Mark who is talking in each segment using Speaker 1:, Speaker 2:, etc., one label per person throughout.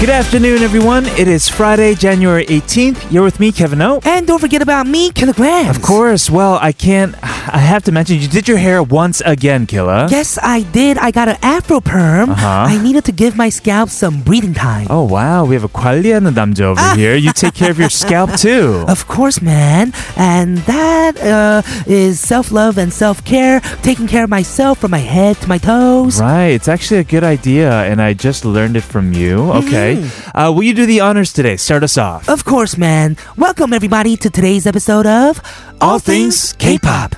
Speaker 1: Good afternoon, everyone. It is Friday, January 18th. You're with me, Kevin O.
Speaker 2: And don't forget about me, kilograms.
Speaker 1: Of course. Well, I can't. I have to mention, you did your hair once again, Killa.
Speaker 2: Yes, I did. I got an afro perm.
Speaker 1: Uh-huh.
Speaker 2: I needed to give my scalp some breathing time.
Speaker 1: Oh, wow. We have a 관리하는 남자 over here. You take care Ah. of your scalp, too.
Speaker 2: Of course, man. And that uh, is self love and self care, taking care of myself from my head to my toes.
Speaker 1: Right. It's actually a good idea, and I just learned it from you. Okay. Uh, will you do the honors today? Start us off.
Speaker 2: Of course, man. Welcome, everybody, to today's episode of
Speaker 1: All Things K-Pop.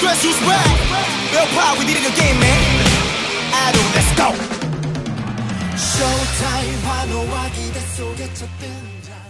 Speaker 3: Guess who's back? Real power, we did it again, man. Idol, let's go. Showtime, 환호와 기대 속에 첫 등장.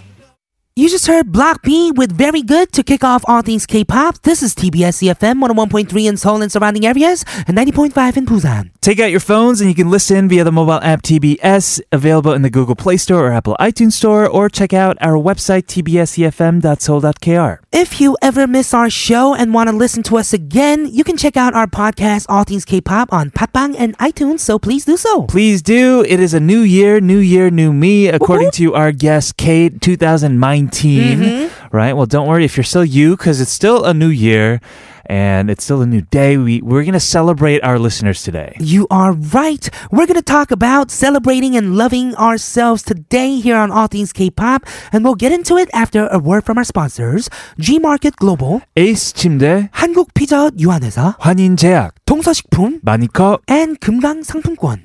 Speaker 2: You just heard Block B with Very Good to kick off all things K-pop. This is TBS EFM 101.3 in Seoul and surrounding areas and 90.5 in Busan.
Speaker 1: Take out your phones, and you can listen via the mobile app TBS, available in the Google Play Store or Apple iTunes Store, or check out our website, E tbsefm.soul.kr.
Speaker 2: If you ever miss our show and want to listen to us again, you can check out our podcast All Things K-pop on Patbang and iTunes, so please do so.
Speaker 1: Please do. It is a new year, new year, new me, according to our guest, Kate, 2019. Right? Well, don't worry if you're still you, because it's still a new year and it's still a new day. We, we're going to celebrate our listeners today.
Speaker 2: You are right. We're going to talk about celebrating and loving ourselves today here on All Things K-pop, and we'll get into it after a word from our sponsors, G Market Global,
Speaker 1: 에이스 침대,
Speaker 2: 한국 피자헛 유한회사,
Speaker 1: 환인제약,
Speaker 2: 동서식품,
Speaker 1: 마니컵,
Speaker 2: and 금강 상품권.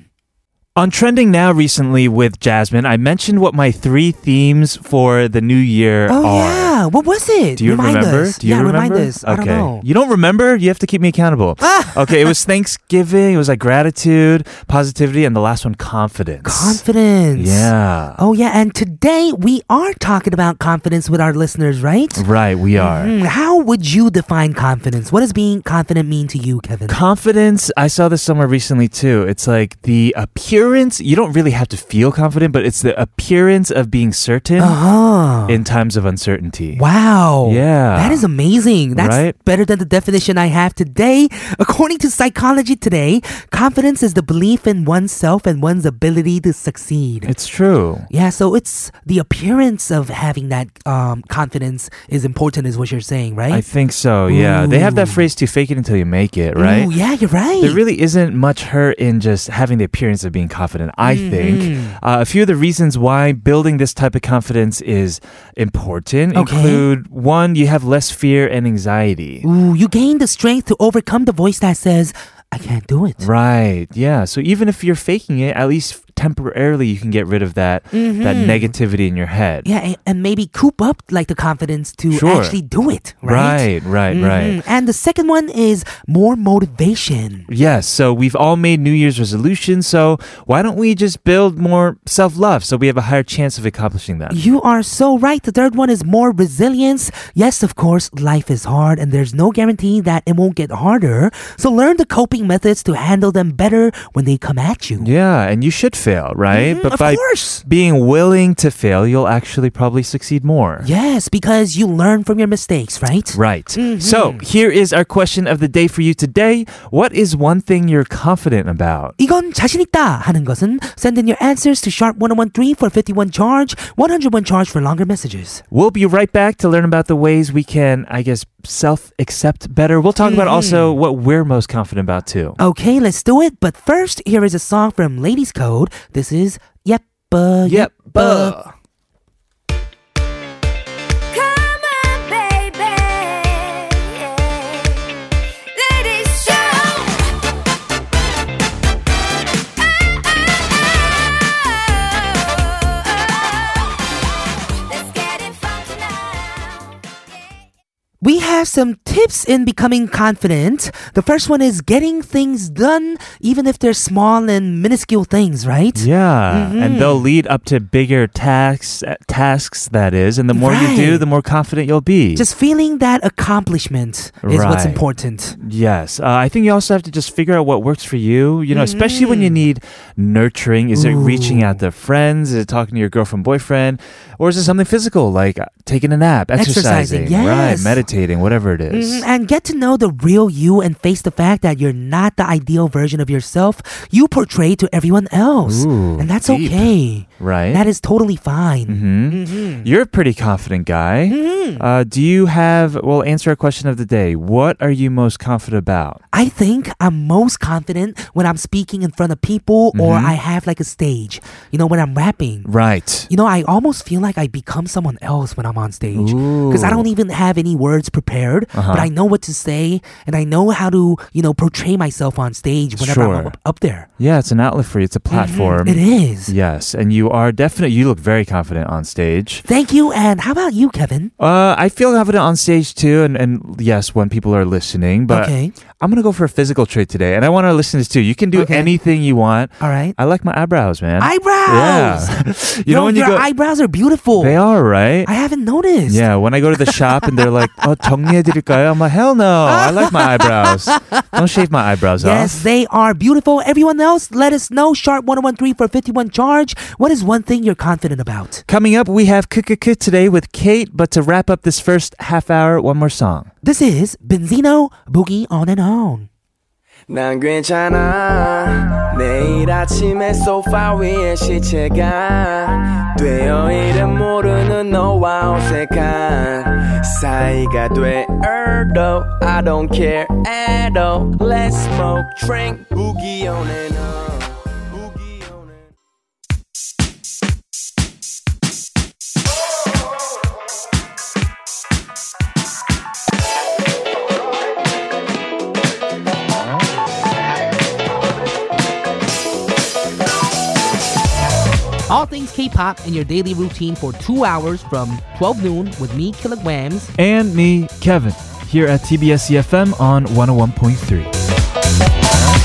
Speaker 1: On trending now recently with Jasmine, I mentioned what my three themes for the new year
Speaker 2: Oh
Speaker 1: are.
Speaker 2: yeah, what was it?
Speaker 1: Do you
Speaker 2: remind
Speaker 1: remember?
Speaker 2: Us.
Speaker 1: Do you
Speaker 2: yeah,
Speaker 1: remember?
Speaker 2: remind us.
Speaker 1: Okay.
Speaker 2: I don't know. Ah.
Speaker 1: You don't remember? You have to keep me accountable. okay, it was Thanksgiving, it was like gratitude, positivity, and the last one, confidence.
Speaker 2: Confidence.
Speaker 1: Yeah.
Speaker 2: Oh yeah, and today we are talking about confidence with our listeners, right?
Speaker 1: Right, we are.
Speaker 2: Hmm, How would you define confidence? What does being confident mean to you, Kevin?
Speaker 1: Confidence, I saw this somewhere recently too. It's like the appearance, you don't really have to feel confident, but it's the appearance of being certain
Speaker 2: Oh.
Speaker 1: in times of uncertainty.
Speaker 2: Wow.
Speaker 1: Yeah.
Speaker 2: That is amazing. That's
Speaker 1: Right?
Speaker 2: better than the definition I have today. According to Psychology Today, confidence is the belief in oneself and one's ability to succeed.
Speaker 1: It's true.
Speaker 2: Yeah, so it's the appearance of having that um, confidence is important, is what you're saying, right?
Speaker 1: I think so. Yeah, they have that
Speaker 2: Ooh.
Speaker 1: phrase to fake it until you make it, right?
Speaker 2: Ooh, yeah, you're right.
Speaker 1: There really isn't much hurt in just having the appearance of being confident, I
Speaker 2: Mm-hmm.
Speaker 1: think. Uh, a few of the reasons why building this type of confidence is important
Speaker 2: Okay.
Speaker 1: include one, you have less fear and anxiety.
Speaker 2: Ooh, you gain the strength to overcome the voice that says, I can't do it.
Speaker 1: Right. Yeah. So even if you're faking it, at least temporarily you can get rid of that that negativity in your head.
Speaker 2: Mm-hmm. Yeah, and, and maybe coop up like the confidence to
Speaker 1: Sure.
Speaker 2: actually do it, right? Mm-hmm.
Speaker 1: Right, right, right.
Speaker 2: And the second one is more motivation.
Speaker 1: Yes, so we've all made New Year's resolutions, so why don't we just build more self love so we have a higher chance of accomplishing that?
Speaker 2: You are so right. The third one is more resilience. Yes, of course, life is hard and there's no guarantee that it won't get harder. So learn the coping methods to handle them better when they come at you.
Speaker 1: Yeah, and you should fail, right?
Speaker 2: Mhm,
Speaker 1: but
Speaker 2: of
Speaker 1: by
Speaker 2: course.
Speaker 1: being willing to fail, you'll actually probably succeed more.
Speaker 2: Yes, because you learn from your mistakes, right?
Speaker 1: Right.
Speaker 2: Mm-hmm.
Speaker 1: So here is our question of the day for you today. What is one thing you're confident about?
Speaker 2: 이건 자신 있다 하는 것은 send in your answers to sharp 1013 for 51 charge, 101 charge for longer messages.
Speaker 1: We'll be right back to learn about the ways we can, I guess, self accept better. We'll talk
Speaker 2: Mm-hmm.
Speaker 1: about also what we're most confident about, too.
Speaker 2: Okay, let's do it. But first, here is a song from Ladies Code. This is Yep. Uh,
Speaker 1: Yep. uh.
Speaker 2: uh.
Speaker 4: Come on, baby. Ladies, show. Oh, oh, Let's get it funky now.
Speaker 2: We have have some tips in becoming confident. The first one is getting things done, even if they're small and minuscule things, right? Mm-hmm.
Speaker 1: Yeah, and they'll lead up to bigger tasks. uh, Tasks that is, and the more you do,
Speaker 2: Right.
Speaker 1: the more confident you'll be.
Speaker 2: Just feeling that accomplishment is what's
Speaker 1: Right.
Speaker 2: important.
Speaker 1: yes, uh, I think you also have to just figure out what works for you. You know, especially when you
Speaker 2: Mm.
Speaker 1: need nurturing. Is it reaching out to friends? Is it talking to your girlfriend, boyfriend, or is it something physical like uh, taking a nap, exercising,
Speaker 2: Exercising,
Speaker 1: right,
Speaker 2: yes.
Speaker 1: meditating, whatever it is.
Speaker 2: Mhm, And get to know the real you and face the fact that you're not the ideal version of yourself you portray to everyone else.
Speaker 1: Ooh,
Speaker 2: and that's
Speaker 1: deep. Eh? Mm-hmm.
Speaker 2: okay.
Speaker 1: Right.
Speaker 2: That is totally fine.
Speaker 1: You're a pretty confident guy.
Speaker 2: Mm-hmm.
Speaker 1: Uh, do you have? Well, answer our question of the day. What are you most confident about?
Speaker 2: I think I'm most confident when I'm speaking in front of people or
Speaker 1: Mm-hmm.
Speaker 2: I have like a stage. You know, when I'm rapping.
Speaker 1: Right.
Speaker 2: You know, I almost feel like I become someone else when I'm on stage because I
Speaker 1: Ooh. Uh-huh.
Speaker 2: don't even have any words prepared, but I know what to say and I know how to, you know, portray myself on stage whenever
Speaker 1: Sure.
Speaker 2: I'm up, up there.
Speaker 1: Yeah, it's an outlet for you. It's a platform.
Speaker 2: Mm-hmm. It is.
Speaker 1: Yes, and you are definite. You look very confident on stage.
Speaker 2: Thank you. And how about you, Kevin?
Speaker 1: Uh, I feel confident on stage too, and, and yes, when people are listening. But
Speaker 2: Okay.
Speaker 1: I'm gonna go for a physical trait today, and I want our listeners too. You can do
Speaker 2: Okay.
Speaker 1: anything you want.
Speaker 2: All right.
Speaker 1: I like my eyebrows, man.
Speaker 2: Eyebrows.
Speaker 1: Yeah. you know
Speaker 2: Yo,
Speaker 1: when you
Speaker 2: your
Speaker 1: go,
Speaker 2: eyebrows are beautiful.
Speaker 1: they are right.
Speaker 2: I haven't noticed.
Speaker 1: Yeah, when I go to the shop and they're like, "Oh, 정리해드릴까요?" I'm like, "Hell no! I like my eyebrows. Don't shave my eyebrows
Speaker 2: Yes,
Speaker 1: off."
Speaker 2: they are beautiful. Everyone else, let us know. Sharp 1013 for 51 charge. What is one thing you're confident about?
Speaker 1: Coming up, we have KKK today with Kate. But to wrap up this first half hour, one more song.
Speaker 2: This is Benzino Boogie On and On.
Speaker 5: 난 괜찮아 내일 아침에 소파 위에 시체가 되어 이름 모르는 너와 어색한 사이가 되어도 I don't care at all Let's smoke drink boogie on and on boogie on and on
Speaker 2: All things K-pop in your daily routine for two hours from 12 noon with me, Kilograms.
Speaker 1: And me, Kevin, here at TBS EFM on 101.3.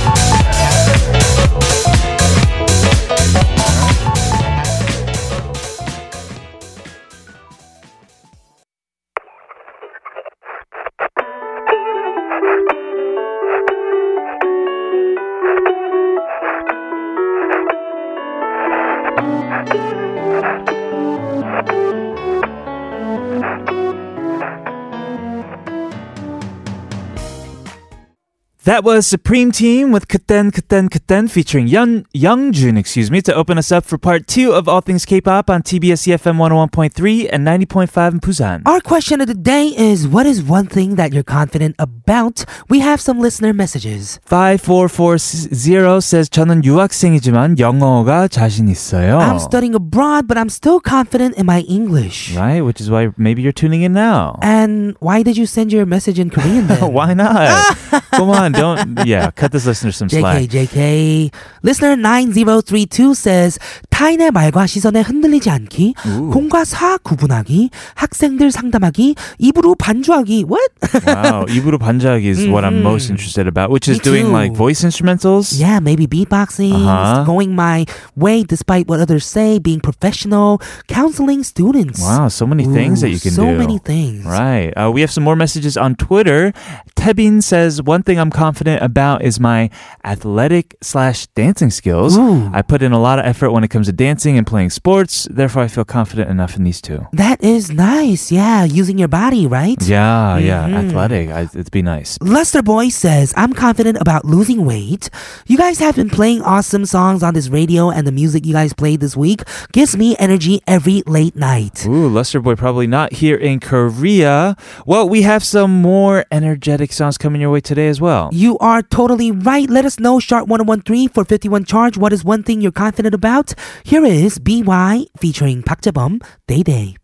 Speaker 1: That was Supreme Team with Katen Katen Katen featuring Young Youngjun, excuse me, to open us up for part two of All Things K-pop on TBS EFM 101.3 and 90.5 in Busan.
Speaker 2: Our question of the day is what is one thing that you're confident about? We have some listener messages.
Speaker 1: 5440 says 저는 유학생이지만 영어가 자신 있어요.
Speaker 2: I'm studying abroad, but I'm still confident in my English.
Speaker 1: Oh. Right, which is why maybe you're tuning in now.
Speaker 2: And why did you send your message in Korean then?
Speaker 1: Why not? Come on, don't. Yeah, cut this listener some
Speaker 2: JK,
Speaker 1: slack.
Speaker 2: JK. Listener 9032 says, 타인의 말과 시선에 흔들리지 않기, 공과 사 구분하기, 학생들 상담하기, 입으로 반주하기. What?
Speaker 1: Wow, 입으로 반짝이 is what I'm most interested about, which is
Speaker 2: Mm-hmm. Me
Speaker 1: doing
Speaker 2: too.
Speaker 1: like voice instrumentals.
Speaker 2: yeah, maybe beatboxing,
Speaker 1: Uh-huh.
Speaker 2: going my way despite what others say, being professional, counseling students.
Speaker 1: Wow, so many things that
Speaker 2: Ooh,
Speaker 1: you can
Speaker 2: so
Speaker 1: do.
Speaker 2: many things.
Speaker 1: Right. Uh, we have some more messages on Twitter. Tebin says one thing I'm confident about is my athletic slash dancing skills.
Speaker 2: Ooh.
Speaker 1: I put in a lot of effort when it comes to dancing and playing sports. Therefore, I feel confident enough in these two.
Speaker 2: That is nice. Yeah, using your body, right?
Speaker 1: Yeah, yeah,
Speaker 2: Mm-hmm.
Speaker 1: athletic. I, it'd be nice.
Speaker 2: Lester Boy says, I'm confident about losing weight. You guys have been playing awesome songs on this radio, and the music you guys played this week gives me energy every late night.
Speaker 1: Ooh, Lester Boy probably not here in Korea. Well, we have some more energetic songs coming your way today as well.
Speaker 2: You are totally right. Let us know, Sharp 1013 for 51 charge. What is one thing you're confident about? Here is BY featuring Park Jabum, Day Day.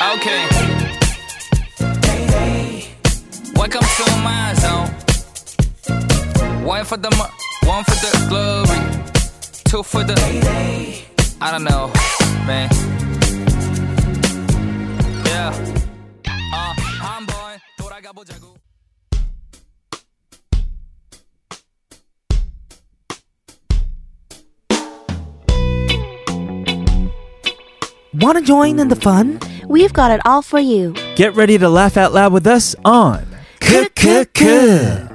Speaker 6: Okay. Welcome to my zone. One for the mo- one for the glory, two for the I don't know, man. Yeah. Uh, 빨가보자고
Speaker 2: Wanna join in the fun?
Speaker 7: We've got it all for you.
Speaker 1: Get ready to laugh out loud with us on 크크크.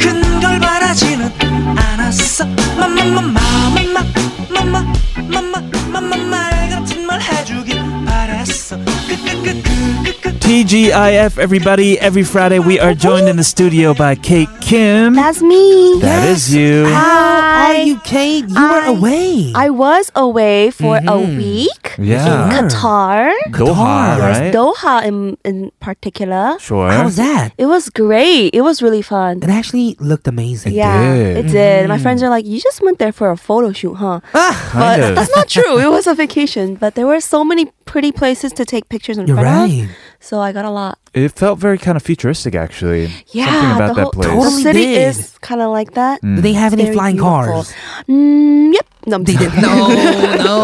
Speaker 8: 큰걸 바라지는 않았어 마마마마마마마마마마말 같은 말 해주길 바랬어 끄끄끄끄끄끄
Speaker 1: TGIF, everybody. Every Friday, we are joined in the studio by Kate Kim.
Speaker 7: That's me.
Speaker 1: That is you.
Speaker 2: How are
Speaker 7: I-
Speaker 2: you, Kate? You were
Speaker 7: I-
Speaker 2: away.
Speaker 7: I was away for a
Speaker 2: Mm-hmm.
Speaker 7: week.
Speaker 1: Yeah.
Speaker 7: Qatar,
Speaker 1: Doha, right?
Speaker 7: Doha in, in particular.
Speaker 1: Sure.
Speaker 2: How was that?
Speaker 7: It was great. It was really fun.
Speaker 2: It actually looked amazing.
Speaker 7: yeah,
Speaker 1: did.
Speaker 7: it did. My friends are
Speaker 2: Mm-hmm.
Speaker 7: like, "You just went there for a photo shoot, huh?"
Speaker 2: Ah!
Speaker 7: but
Speaker 1: Ah, Kind of.
Speaker 7: that's not true. It was a vacation, but there were so many pretty places to take pictures in
Speaker 2: You're
Speaker 7: front
Speaker 2: right.
Speaker 7: of. So I got a lot.
Speaker 1: It felt very kind of futuristic, actually.
Speaker 7: Yeah,
Speaker 1: Something about
Speaker 7: the whole
Speaker 1: that place. Mm-hmm.
Speaker 7: the
Speaker 2: Totally
Speaker 7: city
Speaker 2: did.
Speaker 7: is kind of like that.
Speaker 2: Do they have any
Speaker 7: Very
Speaker 2: flying
Speaker 7: beautiful.
Speaker 2: cars?
Speaker 7: Mm, yep, no, I'm
Speaker 2: They
Speaker 7: kidding.
Speaker 2: did. No,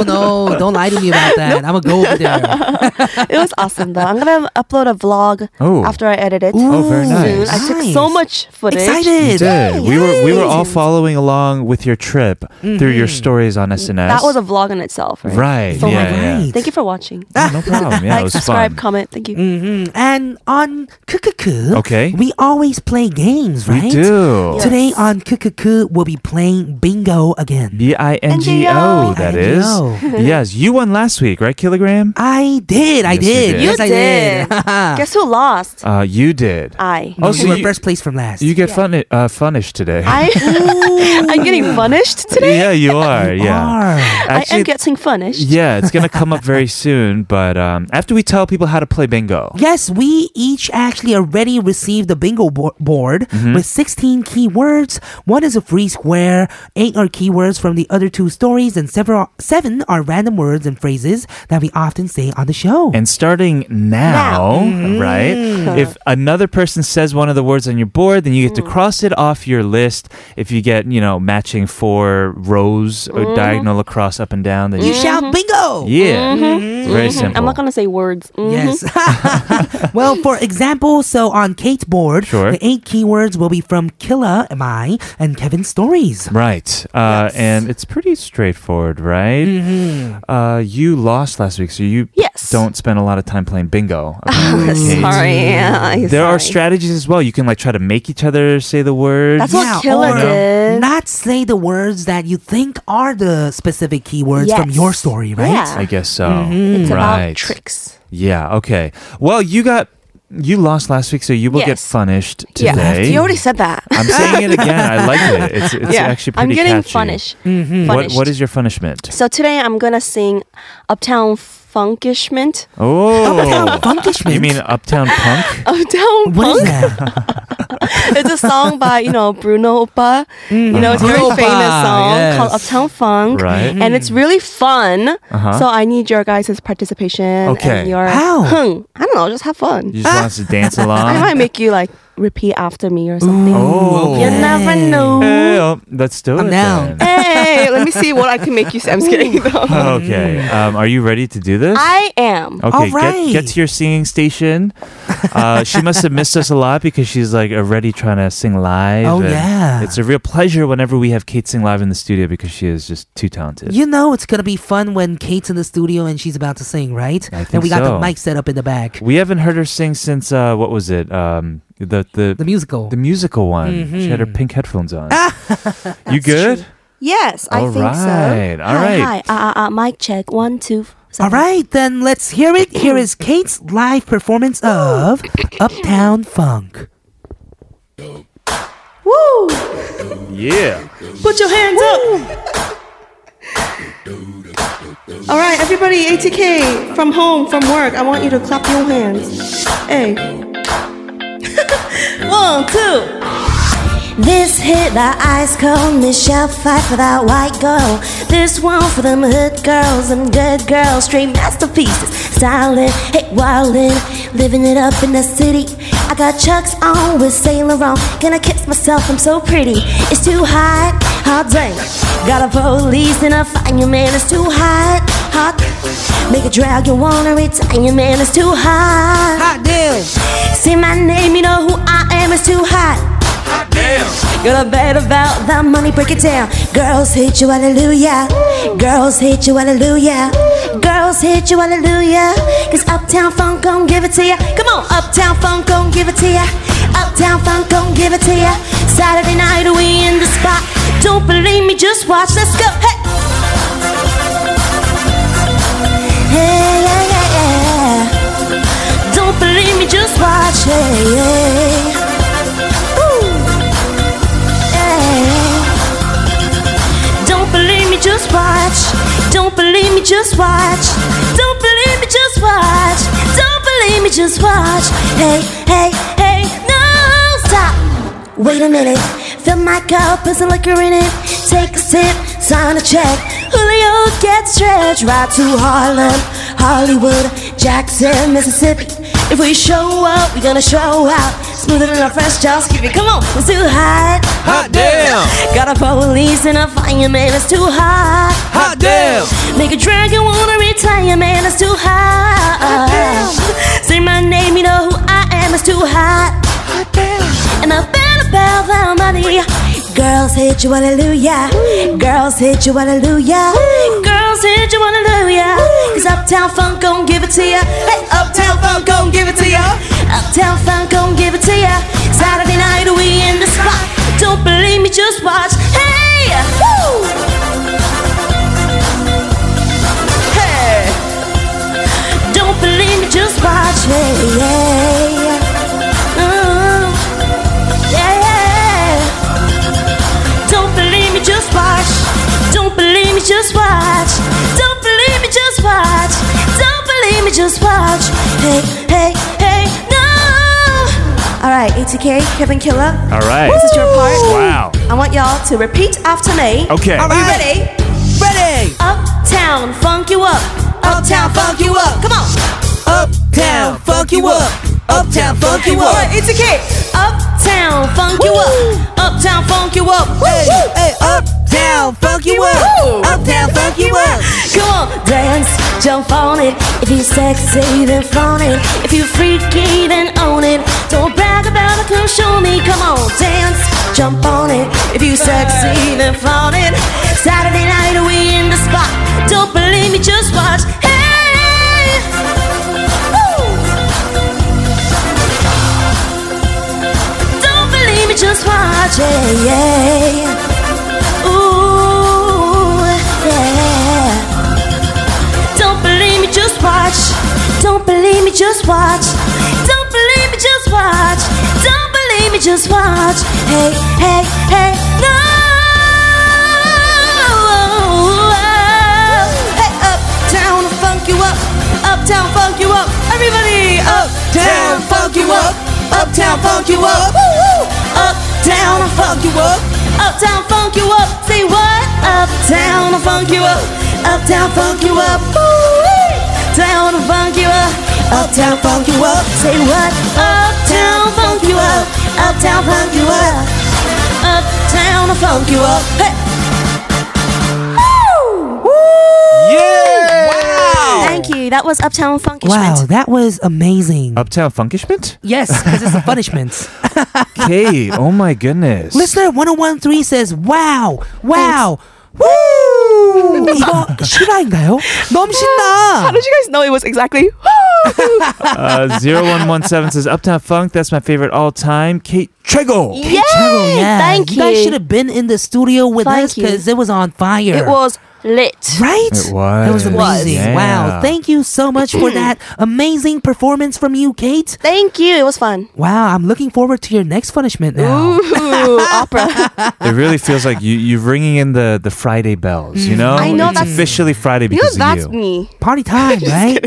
Speaker 2: no, no. Don't lie to me about that. I'm going to go over there.
Speaker 7: it was awesome though. I'm gonna upload a vlog
Speaker 1: Oh.
Speaker 7: after I edit it.
Speaker 1: Oh, very
Speaker 7: soon.
Speaker 1: nice.
Speaker 7: I took so
Speaker 2: Nice.
Speaker 7: much footage.
Speaker 1: You
Speaker 2: Excited.
Speaker 1: did. We were we were all
Speaker 7: Yay.
Speaker 1: following along with your trip through your stories on SNS.
Speaker 7: Mm-hmm. That was a vlog in itself, right?
Speaker 1: right.
Speaker 7: So
Speaker 1: yeah,
Speaker 7: like,
Speaker 1: yeah.
Speaker 2: right.
Speaker 7: Thank you for watching.
Speaker 1: Oh, no problem. Yeah, it
Speaker 7: like,
Speaker 1: was
Speaker 7: subscribe,
Speaker 1: fun.
Speaker 7: comment. Thank you.
Speaker 2: Mm-hmm. And on Kukuku,
Speaker 1: Okay.
Speaker 2: we always play games, right?
Speaker 1: We do.
Speaker 7: Yeah.
Speaker 2: Today on Kukuku, we'll be playing bingo again.
Speaker 1: B I N G O.
Speaker 7: NGO.
Speaker 1: That is.
Speaker 2: NGO.
Speaker 1: yes, you won last week, right, Kilogram?
Speaker 2: I did. I
Speaker 1: Yes, you
Speaker 2: did.
Speaker 1: did.
Speaker 7: You
Speaker 2: Yes, I did.
Speaker 7: Guess who lost?
Speaker 1: Uh, you did.
Speaker 7: I.
Speaker 1: Oh,
Speaker 2: oh,
Speaker 1: so
Speaker 2: you were
Speaker 1: you-
Speaker 2: first place from last.
Speaker 1: you get fun uh, funished today.
Speaker 7: I. I'm getting punished today.
Speaker 1: yeah, you are. Yeah.
Speaker 2: Are.
Speaker 7: I am getting punished.
Speaker 1: yeah, it's gonna come up very soon. But um, after we tell people how to play bingo,
Speaker 2: Yes, we each actually already received the bingo bo- board
Speaker 1: Mm-hmm.
Speaker 2: with 16 keywords. One is a free square, eight are keywords from the other two stories, and several seven are random words and phrases that we often say on the show.
Speaker 1: And starting now, right?
Speaker 7: Mm-hmm.
Speaker 1: If another person says one of the words on your board, then you get to
Speaker 7: Mm.
Speaker 1: cross it off your list. If you get, you know, matching four rows or
Speaker 7: Mm-hmm.
Speaker 1: diagonal across, up and down, then
Speaker 2: you
Speaker 1: you
Speaker 2: shout bingo!
Speaker 1: yeah, it's very simple.
Speaker 7: Mm-hmm. I'm not gonna say words. Mm.
Speaker 2: Yes. well, for example, so on Kate's board,
Speaker 1: Mm-hmm. Sure.
Speaker 2: the eight keywords will be from Killa, Am I, and Kevin's stories.
Speaker 1: Right. Uh, And it's pretty straightforward, right? Uh, you lost last week, so you
Speaker 7: Mm-hmm. Yes. Oh,
Speaker 1: don't spend a lot of time playing bingo. apparently, Kate.
Speaker 7: Sorry. Yeah,
Speaker 1: There are
Speaker 7: sorry.
Speaker 1: strategies as well. You can like try to make each other say the words.
Speaker 7: That's what Killa
Speaker 2: or
Speaker 7: did.
Speaker 2: Not say the words that you think are the specific keywords from
Speaker 7: Yes.
Speaker 2: your story, right?
Speaker 7: Yeah.
Speaker 1: I guess so.
Speaker 7: Mm-hmm. It's
Speaker 1: right.
Speaker 7: about tricks.
Speaker 1: Yeah. Okay. Well, you got you lost last week, so you will get
Speaker 7: Yes.
Speaker 1: punished
Speaker 7: Yeah.
Speaker 1: today.
Speaker 7: You already said that.
Speaker 1: I'm saying it again. I like it. It's, it's actually pretty
Speaker 7: I'm getting
Speaker 1: catchy.
Speaker 7: punished.
Speaker 1: What
Speaker 2: Mm-hmm.
Speaker 7: punished.
Speaker 1: What is your punishment?
Speaker 7: So today I'm gonna sing Uptown Funkishment.
Speaker 1: Oh,
Speaker 2: Funkishment.
Speaker 1: you mean Uptown Punk?
Speaker 7: Uptown
Speaker 2: What is
Speaker 7: Funk.
Speaker 2: that?
Speaker 7: It's a song by you know Bruno Opa. You know it's a very
Speaker 2: Mm. Bruno Opa,
Speaker 7: famous song called
Speaker 2: yes.
Speaker 7: Uptown Funk,
Speaker 1: Right.
Speaker 7: and it's really fun. So I need your guys' participation
Speaker 1: Okay.
Speaker 7: and your
Speaker 2: Uh-huh. How?
Speaker 7: hung. I don't know, just have fun.
Speaker 1: You just want us to dance along.
Speaker 7: I might make you like repeat after me or something.
Speaker 1: Oh,
Speaker 7: You never know.
Speaker 1: Hey, oh, let's do
Speaker 2: I'm
Speaker 1: it.
Speaker 2: down.
Speaker 1: then.
Speaker 7: hey, let me see what I can make you say. I'm just kidding.
Speaker 2: Oh.
Speaker 7: though.
Speaker 1: Okay. Um, are you ready to do this?
Speaker 7: I am.
Speaker 1: Okay,
Speaker 2: All
Speaker 1: get, get
Speaker 2: right.
Speaker 1: to your singing station. Uh, she must have missed us a lot because she's like already trying to sing live.
Speaker 2: Oh,
Speaker 1: and
Speaker 2: yeah.
Speaker 1: It's a real pleasure whenever we have Kate sing live in the studio because she is just too talented.
Speaker 2: You know it's gonna be fun when Kate's in the studio and she's about to sing, right?
Speaker 1: I think
Speaker 2: and we got
Speaker 1: so.
Speaker 2: the mic set up in the back.
Speaker 1: We haven't heard her sing since, uh, what was it? Um, the, the,
Speaker 2: The Mm-hmm. musical.
Speaker 1: the musical one. She had her pink headphones on. you good?
Speaker 7: Yes, I
Speaker 1: All
Speaker 7: think
Speaker 1: right,
Speaker 7: so.
Speaker 1: all
Speaker 7: hi,
Speaker 1: right.
Speaker 7: Hi. Uh, uh, uh, mic check. One, two.
Speaker 2: All right, then let's hear it. Here is Kate's live performance of Uptown Funk.
Speaker 7: Woo!
Speaker 1: Yeah.
Speaker 7: Put your hands up. All right, everybody, ATK from home, from work. I want you to clap your hands. Hey. One, two.
Speaker 9: This hit the ice cold. This shall fight for that white gold. This one for them hood girls and good girls. Straight masterpieces. Styling, hey, wildin'. Living it up in the city. I got chucks on with Saint Laurent. Gonna kiss myself, I'm so pretty. It's too hot, hot dang. Got a police and a fireman. It's too hot,
Speaker 4: hot. Make a drag, you wanna retire, your man is too hot.
Speaker 2: Hot damn.
Speaker 4: Say my name, you know who I am, it's too hot. Gonna bet about the money, break it down. Girls hit you, hallelujah. Girls hit you, hallelujah. Girls hit you, hallelujah. Cause Uptown Funk gon' give it to ya. Come on, Uptown Funk gon' give it to ya. Uptown Funk gon' give it to ya. Saturday night, we in the spot. Don't believe me, just watch. Let's go. Hey! Hey, yeah, yeah, yeah. Don't believe me, just watch. Hey, yeah. Woo. Yeah. Don't believe me, just watch. Don't believe me, just watch. Don't believe me, just watch. Don't believe me, just watch. Hey, hey, hey, no, stop. Wait a minute. Fill my cup, put some liquor in it. Take a sip, sign a check. Julio gets stretched right to Harlem, Hollywood, Jackson, Mississippi. If we show up, we're gonna show out. Smoother than a fresh just give it. Come on, it's too hot.
Speaker 5: Hot damn!
Speaker 4: Got a police and a fireman, it's too hot.
Speaker 5: Hot damn!
Speaker 4: Make a dragon wanna retire, man, it's too hot. Say my name, you know who I am, it's too hot. And I feel about the money. Girls hit you, hallelujah. Girls hit you, hallelujah. Girls hit you, hallelujah. Cause Uptown Funk gon' give it to ya. Hey, Uptown Funk gon' give it to ya. Uptown Funk gon' give it to ya. Saturday night, we in the spot. Don't believe me, just watch. Hey! Woo! Hey! Don't believe me, just watch. Hey, yeah, yeah. Mm. Yeah, yeah. Don't believe me, just watch. Don't believe me, just watch. Don't believe me, just watch. Don't believe me, just watch. Hey, hey, hey, no. All right, ATK, Kevin Killer.
Speaker 1: All right.
Speaker 4: This is your part.
Speaker 1: Wow.
Speaker 4: I want y'all to repeat after me.
Speaker 1: Okay.
Speaker 4: Are you ready?
Speaker 2: Ready.
Speaker 4: Uptown, funk you up. Uptown, funk you up. Come on.
Speaker 2: Uptown, funk you up. Uptown, funk you
Speaker 4: All right,
Speaker 2: up.
Speaker 4: it's a kid. Uptown, funk you up. Uptown, funk you up.
Speaker 2: Hey,
Speaker 4: Woo!
Speaker 2: hey, uptown, funk you
Speaker 4: Woo!
Speaker 2: up. Uptown, funk you up.
Speaker 4: Come on, dance, jump on it. If you sexy, then flaunt it. If you freaky, then own it. Don't brag about it, come show me. Come on, dance, jump on it. If you sexy, then flaunt it. Saturday night, we in the spot. Don't believe me, just watch. Hey! Woo! Don't believe me, just watch. Yeah, yeah, yeah. Ooh, yeah. Don't believe me, just watch. Don't believe me, just watch. Don't believe me, just watch. Don't believe me, just watch. Hey, hey, hey, no. Hey, uptown, funk you up. Uptown, funk you up. Everybody, uptown, funk you up. Uptown, funk you up. Uptown, funk you up. Uptown, funk you up. Say what? Uptown, funk you up. Uptown, funk you up. Woo-wee. Down, funk you up. Uptown, funk you up. Say what? Uptown, funk you up. Uptown, funk you up. Uptown, funk you up. Hey. Woo!
Speaker 1: Yeah.
Speaker 4: Thank you. That was Uptown Funkishment.
Speaker 2: Wow, that was amazing.
Speaker 1: Uptown Funkishment?
Speaker 2: Yes, because it's the punishment.
Speaker 1: Kate, oh my goodness.
Speaker 2: Listener 1013 says, wow, wow, woo! 이거 실화인가요? 너무 신나!
Speaker 7: How did you guys know it was exactly?
Speaker 1: Uh, 0117 says Uptown Funk, that's my favorite all time. Kate Trego.
Speaker 7: Yay! Thank
Speaker 2: you. guys should have been in the studio with
Speaker 7: Thank
Speaker 2: us because it was on fire.
Speaker 7: It was lit.
Speaker 2: Right?
Speaker 1: It
Speaker 2: That was
Speaker 1: was.
Speaker 2: amazing.
Speaker 1: Yeah.
Speaker 2: Wow. Thank you so much for that amazing performance from you, Kate.
Speaker 7: Thank you. It was fun.
Speaker 2: Wow, I'm looking forward to your next punishment now.
Speaker 7: Ooh, opera.
Speaker 1: It really feels like you, you're ringing in the, the Friday bells, you know?
Speaker 7: Mm. I know
Speaker 1: it's
Speaker 7: that's-
Speaker 1: officially Friday
Speaker 7: You know,
Speaker 1: because
Speaker 7: that's
Speaker 1: of you.
Speaker 7: me.
Speaker 2: Party time, right?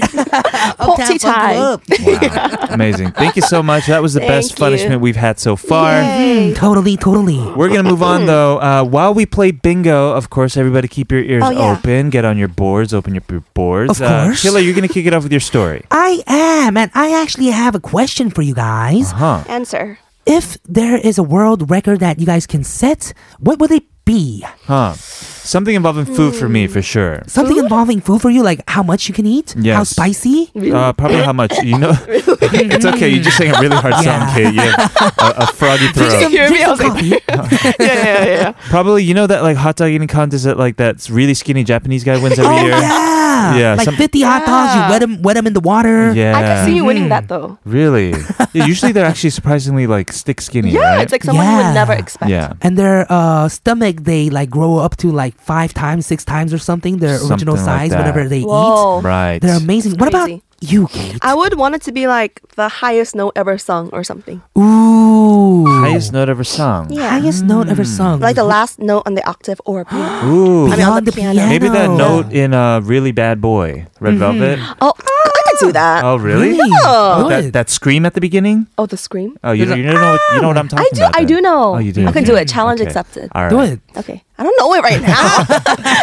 Speaker 7: Party time.
Speaker 1: Wow. Amazing. Thank you so much. That was the best
Speaker 7: Thank you.
Speaker 1: punishment we've had so far.
Speaker 7: Yay.
Speaker 2: Mm-hmm.
Speaker 7: Mm.
Speaker 2: Totally, totally.
Speaker 1: We're going to move on, though. Uh, while we play bingo, of course, everybody keep your ears
Speaker 7: Oh, yeah.
Speaker 1: open. Get on your boards. Open up your boards.
Speaker 2: Of course.
Speaker 1: Uh, Killer, you're going to kick it off with your story.
Speaker 2: I am, and I actually have a question for you guys.
Speaker 1: Huh.
Speaker 7: Answer.
Speaker 2: If there is a world record that you guys can set, what would it be?
Speaker 1: Huh. Something involving food for
Speaker 7: Mm.
Speaker 1: me for sure.
Speaker 2: Something involving food for you, like how much you can eat, how
Speaker 1: Yes.
Speaker 2: spicy.
Speaker 1: Uh, probably how much? You know, it's okay. You just sang a really hard
Speaker 2: Yeah.
Speaker 1: song, Kate. You have a, a froggy throat.
Speaker 7: hear me? I was like,
Speaker 2: coffee.
Speaker 7: yeah, yeah, yeah.
Speaker 1: Probably you know that like hot dog eating contest that like that really skinny Japanese guy wins every
Speaker 2: oh
Speaker 1: year.
Speaker 2: yeah,
Speaker 1: Yeah,
Speaker 2: like
Speaker 1: some-
Speaker 2: fifty hot dogs. You
Speaker 7: Yeah.
Speaker 2: wet them, wet them in the water.
Speaker 1: Yeah.
Speaker 7: I can see you winning that though.
Speaker 1: Really? Yeah, usually they're actually surprisingly like stick skinny. right?
Speaker 7: Yeah, it's like someone you
Speaker 2: Yeah.
Speaker 7: would never expect.
Speaker 1: yeah.
Speaker 2: And their uh, stomach, they like grow up to like five times, six times or something. Their
Speaker 1: Something
Speaker 2: original
Speaker 1: like
Speaker 2: size,
Speaker 1: that.
Speaker 2: whatever they eat.
Speaker 7: Whoa.
Speaker 1: Right.
Speaker 2: They're amazing. What about
Speaker 7: crazy.
Speaker 2: you, Kate?
Speaker 7: I would want it to be like the highest note ever sung or something.
Speaker 2: Ooh,
Speaker 1: Highest Mm. note ever sung.
Speaker 7: Yeah.
Speaker 2: Highest note ever sung.
Speaker 7: Like the last note on the octave or piano.
Speaker 1: Ooh.
Speaker 7: I mean, on
Speaker 2: Beyond
Speaker 7: the
Speaker 2: the
Speaker 7: piano.
Speaker 2: piano.
Speaker 1: Maybe that
Speaker 2: Yeah.
Speaker 1: note in uh, Really Bad Boy, Red Velvet.
Speaker 7: Oh, I could do that.
Speaker 1: Oh, really?
Speaker 7: Oh.
Speaker 1: Oh, that, that scream at the beginning?
Speaker 7: Oh, the scream.
Speaker 1: Oh, you,
Speaker 2: There's a-
Speaker 1: you, don't know what, you know what I'm talking
Speaker 7: Ah! I do.
Speaker 1: about.
Speaker 7: I
Speaker 1: then.
Speaker 7: do know.
Speaker 1: Oh, you do.
Speaker 7: I can
Speaker 1: Okay.
Speaker 7: do it. Challenge
Speaker 1: Okay.
Speaker 7: accepted.
Speaker 1: All right.
Speaker 2: Do it.
Speaker 7: Okay. I don't know it right now.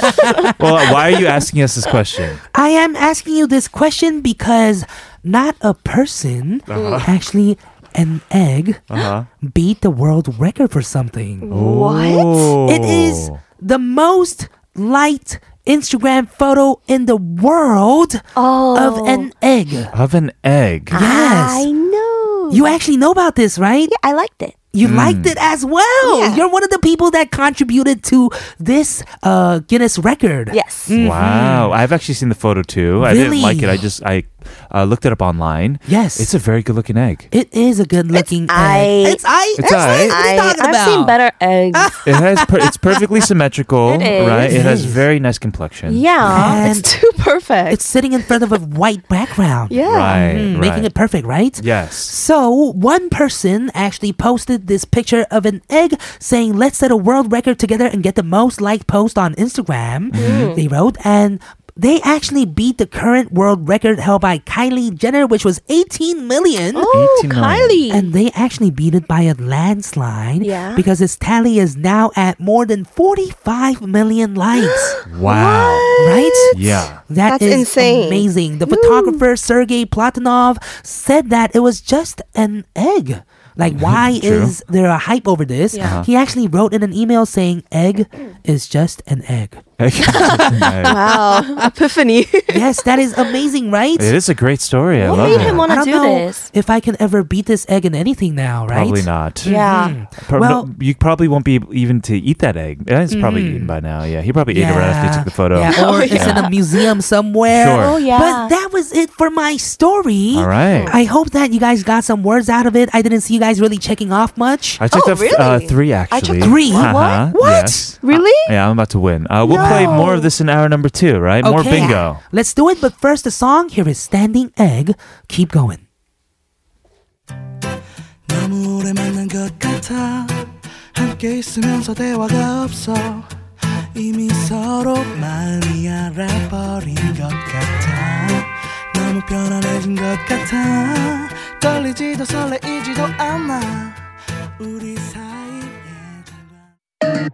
Speaker 1: Well, why are you asking us this question?
Speaker 2: I am asking you this question because not a person, actually an egg,
Speaker 1: Uh-huh.
Speaker 2: beat the world record for something.
Speaker 7: what?
Speaker 1: Oh.
Speaker 2: It is the most liked Instagram photo in the world
Speaker 7: Oh.
Speaker 2: of an egg. Yes.
Speaker 1: Of an egg.
Speaker 2: Ah,
Speaker 7: I know.
Speaker 2: You actually know about this, right?
Speaker 7: I liked it.
Speaker 1: Mm.
Speaker 2: You liked it as well.
Speaker 7: Yeah.
Speaker 2: You're one of the people that contributed to this uh, Guinness record.
Speaker 7: Yes.
Speaker 1: Wow, I've actually seen the photo too. I didn't like it. I
Speaker 2: mm-hmm. Really?
Speaker 1: just I uh, looked it up online.
Speaker 2: Yes.
Speaker 1: it's a very good looking egg.
Speaker 2: It is a good looking
Speaker 7: I-
Speaker 2: egg. It's I.
Speaker 1: It's I.
Speaker 2: What are you talking
Speaker 7: I've
Speaker 2: about?
Speaker 7: seen better eggs.
Speaker 1: It has per- it's perfectly symmetrical,
Speaker 7: It is.
Speaker 1: right? It has
Speaker 2: It is.
Speaker 1: very nice complexion.
Speaker 7: yeah.
Speaker 2: And-
Speaker 7: it's too perfect.
Speaker 2: It's sitting in front of a white background.
Speaker 7: yeah.
Speaker 1: right,
Speaker 2: Mm,
Speaker 1: right.
Speaker 2: Making it perfect, right?
Speaker 1: Yes.
Speaker 2: So, one person actually posted this picture of an egg saying, Let's set a world record together and get the most liked post on Instagram.
Speaker 7: Mm-hmm.
Speaker 2: They wrote, and they actually beat the current world record held by Kylie Jenner, which was 18 million.
Speaker 7: Oh,
Speaker 1: 18
Speaker 7: Kylie.
Speaker 2: And they actually beat it by a landslide
Speaker 7: Yeah.
Speaker 2: because its tally is now at more than 45 million likes.
Speaker 1: Wow.
Speaker 2: right?
Speaker 1: Yeah.
Speaker 2: That
Speaker 7: That's
Speaker 2: is
Speaker 7: insane.
Speaker 2: amazing. The photographer Sergei Platonov said that it was just an egg. Like, why
Speaker 1: True.
Speaker 2: is there a hype over this?
Speaker 7: Yeah.
Speaker 2: He actually wrote in an email saying, "Egg is just an egg."
Speaker 1: it
Speaker 7: Wow. Ah. Epiphany.
Speaker 2: yes, that is amazing, right?
Speaker 1: is a great story. I
Speaker 7: What
Speaker 1: love
Speaker 7: made
Speaker 1: it.
Speaker 7: him want
Speaker 2: I
Speaker 7: to
Speaker 2: don't
Speaker 7: do
Speaker 2: know
Speaker 7: this?
Speaker 2: if I can ever beat this egg in anything now, right?
Speaker 1: Probably not.
Speaker 7: Yeah.
Speaker 2: Ah.
Speaker 1: Pro-
Speaker 2: Well- Mm.
Speaker 1: no, you probably won't be able even to eat that egg. It's probably eaten by now. Yeah, he probably ate it right after he took the photo.
Speaker 2: Yeah, or it's in a museum somewhere.
Speaker 1: uh, Sure. Oh,
Speaker 7: Oh, yeah.
Speaker 2: But that was it for my story.
Speaker 1: All right.
Speaker 2: I hope that you guys got some words out of it. I didn't see you guys really checking off much.
Speaker 1: I took
Speaker 7: Oh,
Speaker 1: the f- uh,
Speaker 7: really?
Speaker 1: three
Speaker 7: I took
Speaker 1: actually.
Speaker 2: three? What?
Speaker 1: Uh-huh.
Speaker 2: What?
Speaker 1: Yes.
Speaker 7: Really?
Speaker 1: Yeah, I'm about to win. Uh, we'll play more of this in hour number two, right? More
Speaker 2: Okay.
Speaker 1: bingo.
Speaker 2: Let's do it. But first, the song here is Standing Egg. Keep going.
Speaker 10: 너무 오래 만난 것 같아 함께 있으면서 대화가 없어 이미 서로 많이 알아버린 것 같아 너무 편안해진 것 같아 떨리지도 설레이지도 않아 우리 사이에 잠깐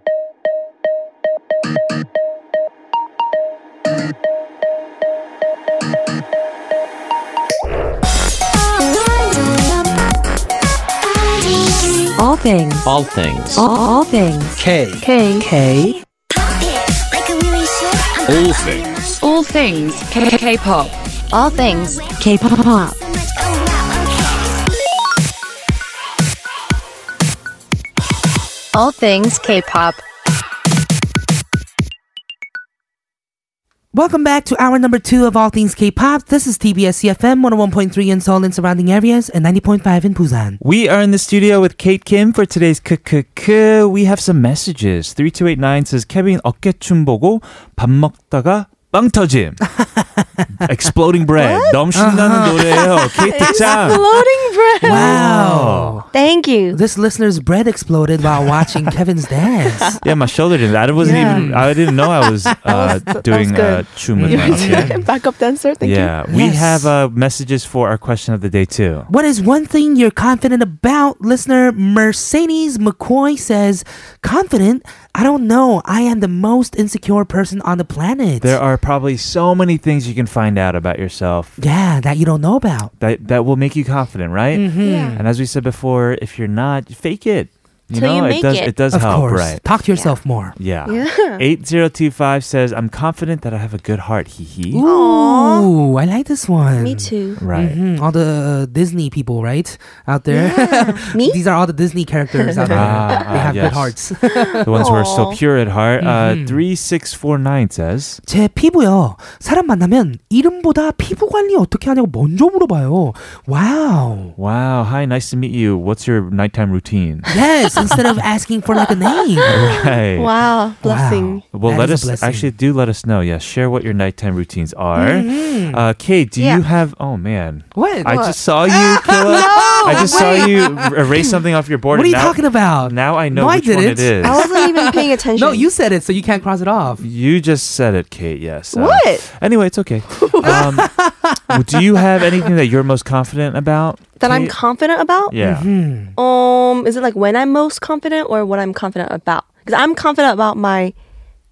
Speaker 11: All things. All things. All, all things. K. K. K.
Speaker 3: All things.
Speaker 11: All things. K. K. Pop. All things. K. Pop. All things K. Pop.
Speaker 2: Welcome back to hour number two of All Things K-Pop. This is TBS CFM 101.3 in Seoul and surrounding areas and 90.5 in Busan.
Speaker 1: We are in the studio with Kate Kim for today's 크크크. We have some messages. 3289 says, Kevin 어깨춤 보고 밥 먹다가 빵 터짐. Exploding bread. 너무
Speaker 7: Uh-huh.
Speaker 1: 신나는 노래예요. 케이트 짱.
Speaker 7: Exploding bread.
Speaker 2: Wow.
Speaker 7: Thank you.
Speaker 2: This listener's bread exploded while watching Kevin's dance.
Speaker 1: Yeah, my shoulder didn't. I wasn't
Speaker 7: Yeah.
Speaker 1: even. I didn't know I was, uh, doing uh,
Speaker 7: good.
Speaker 1: chum with my okay?
Speaker 7: Backup dancer. Thank you.
Speaker 1: Yeah, we
Speaker 2: Yes.
Speaker 1: have uh, messages for our question of the day too.
Speaker 2: What is one thing you're confident about? Listener Mercedes McCoy says, Confident? I don't know. I am the most insecure person on the planet.
Speaker 1: There are probably so many things you can find out about yourself
Speaker 2: yeah, that you don't know about. Mm-hmm.
Speaker 1: that that will make you confident, right?
Speaker 7: Yeah.
Speaker 1: And as we said before, if you're not, fake it. You
Speaker 7: Till
Speaker 1: know,
Speaker 7: you
Speaker 1: it
Speaker 7: make
Speaker 1: does
Speaker 7: it.
Speaker 1: it does
Speaker 2: of
Speaker 1: help,
Speaker 2: course.
Speaker 1: right?
Speaker 2: Talk to yourself more.
Speaker 1: Yeah.
Speaker 7: Yeah.
Speaker 1: 8025 says, I'm confident that I have a good heart. Hee hee.
Speaker 2: Ooh, I like this one.
Speaker 7: Me too.
Speaker 1: Right.
Speaker 2: Mhm, all the uh, Disney people, right? Out there.
Speaker 7: Me?
Speaker 2: These are all the Disney characters out there.
Speaker 1: Ah, ah,
Speaker 2: they have
Speaker 1: yes.
Speaker 2: good hearts.
Speaker 1: The ones who are so
Speaker 7: Aw.
Speaker 1: pure at heart.
Speaker 2: Mm-hmm.
Speaker 1: Uh, 3649 says,
Speaker 2: 제 피부요. 사람 만나면 이름보다 피부 관리 어떻게 하냐고 먼저 물어봐요. 와우.
Speaker 1: Wow, hi, nice to meet you. What's your nighttime routine?
Speaker 2: Yes, instead of asking for like a name.
Speaker 1: Right.
Speaker 7: Wow. Blessing.
Speaker 1: Well, let
Speaker 2: That is a
Speaker 1: us
Speaker 2: blessing.
Speaker 1: actually do let us know. Yes, share what your nighttime routines are. Uh, Kate, do you
Speaker 7: Mm-hmm. Yeah.
Speaker 1: have? Oh man,
Speaker 2: What?
Speaker 1: I
Speaker 2: What?
Speaker 1: just saw you.
Speaker 2: Ah,
Speaker 1: Killa. I just saw you r- erase something off your board.
Speaker 2: What are
Speaker 1: and
Speaker 2: you
Speaker 1: now-
Speaker 2: talking about?
Speaker 1: Now I know
Speaker 2: No, I
Speaker 1: which one it
Speaker 2: didn't.
Speaker 1: is.
Speaker 7: I wasn't even paying attention.
Speaker 2: No, you said it, so you can't cross it off.
Speaker 1: You just said it, Kate. Yes. Uh,
Speaker 7: What?
Speaker 1: anyway, it's okay. Um, well, do you have anything that you're most confident about?
Speaker 7: that I'm
Speaker 1: Kate?
Speaker 7: confident about.
Speaker 1: yeah.
Speaker 2: Mm-hmm.
Speaker 7: Um, is it like when I'm most confident or what I'm confident about? Because I'm confident about my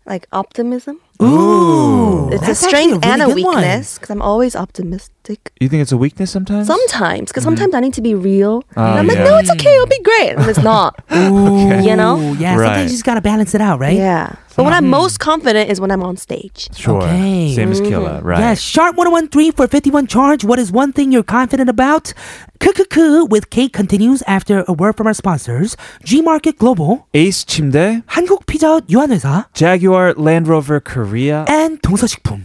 Speaker 7: like optimism.
Speaker 2: Ooh,
Speaker 7: It's
Speaker 2: that's
Speaker 7: a
Speaker 2: actually
Speaker 7: strength and a
Speaker 2: really good one.
Speaker 7: weakness because I'm always optimistic.
Speaker 1: You think it's a weakness sometimes?
Speaker 7: Sometimes,
Speaker 2: Mm-hmm.
Speaker 7: because sometimes I need to be real.
Speaker 1: Ah,
Speaker 7: and I'm like,
Speaker 1: yeah.
Speaker 7: no, it's okay, it'll be great. And it's not.
Speaker 2: Ooh,
Speaker 7: You know?
Speaker 2: Yeah,
Speaker 1: Right.
Speaker 2: sometimes you just gotta balance it out, right?
Speaker 7: Yeah. But when I'm
Speaker 2: Mm-hmm.
Speaker 7: most confident is when I'm on stage.
Speaker 1: Sure.
Speaker 2: Okay. Mm-hmm.
Speaker 1: Same as Killa, right?
Speaker 2: Yes, sharp 1013 for 51 charge. What is one thing you're confident about? 크크크 with Kate continues after a word from our sponsors. Gmarket Global,
Speaker 1: Ace Chimde,
Speaker 2: 한국 피자헛 유한회사,
Speaker 1: Jaguar Land Rover Korea.
Speaker 2: and 동서식품.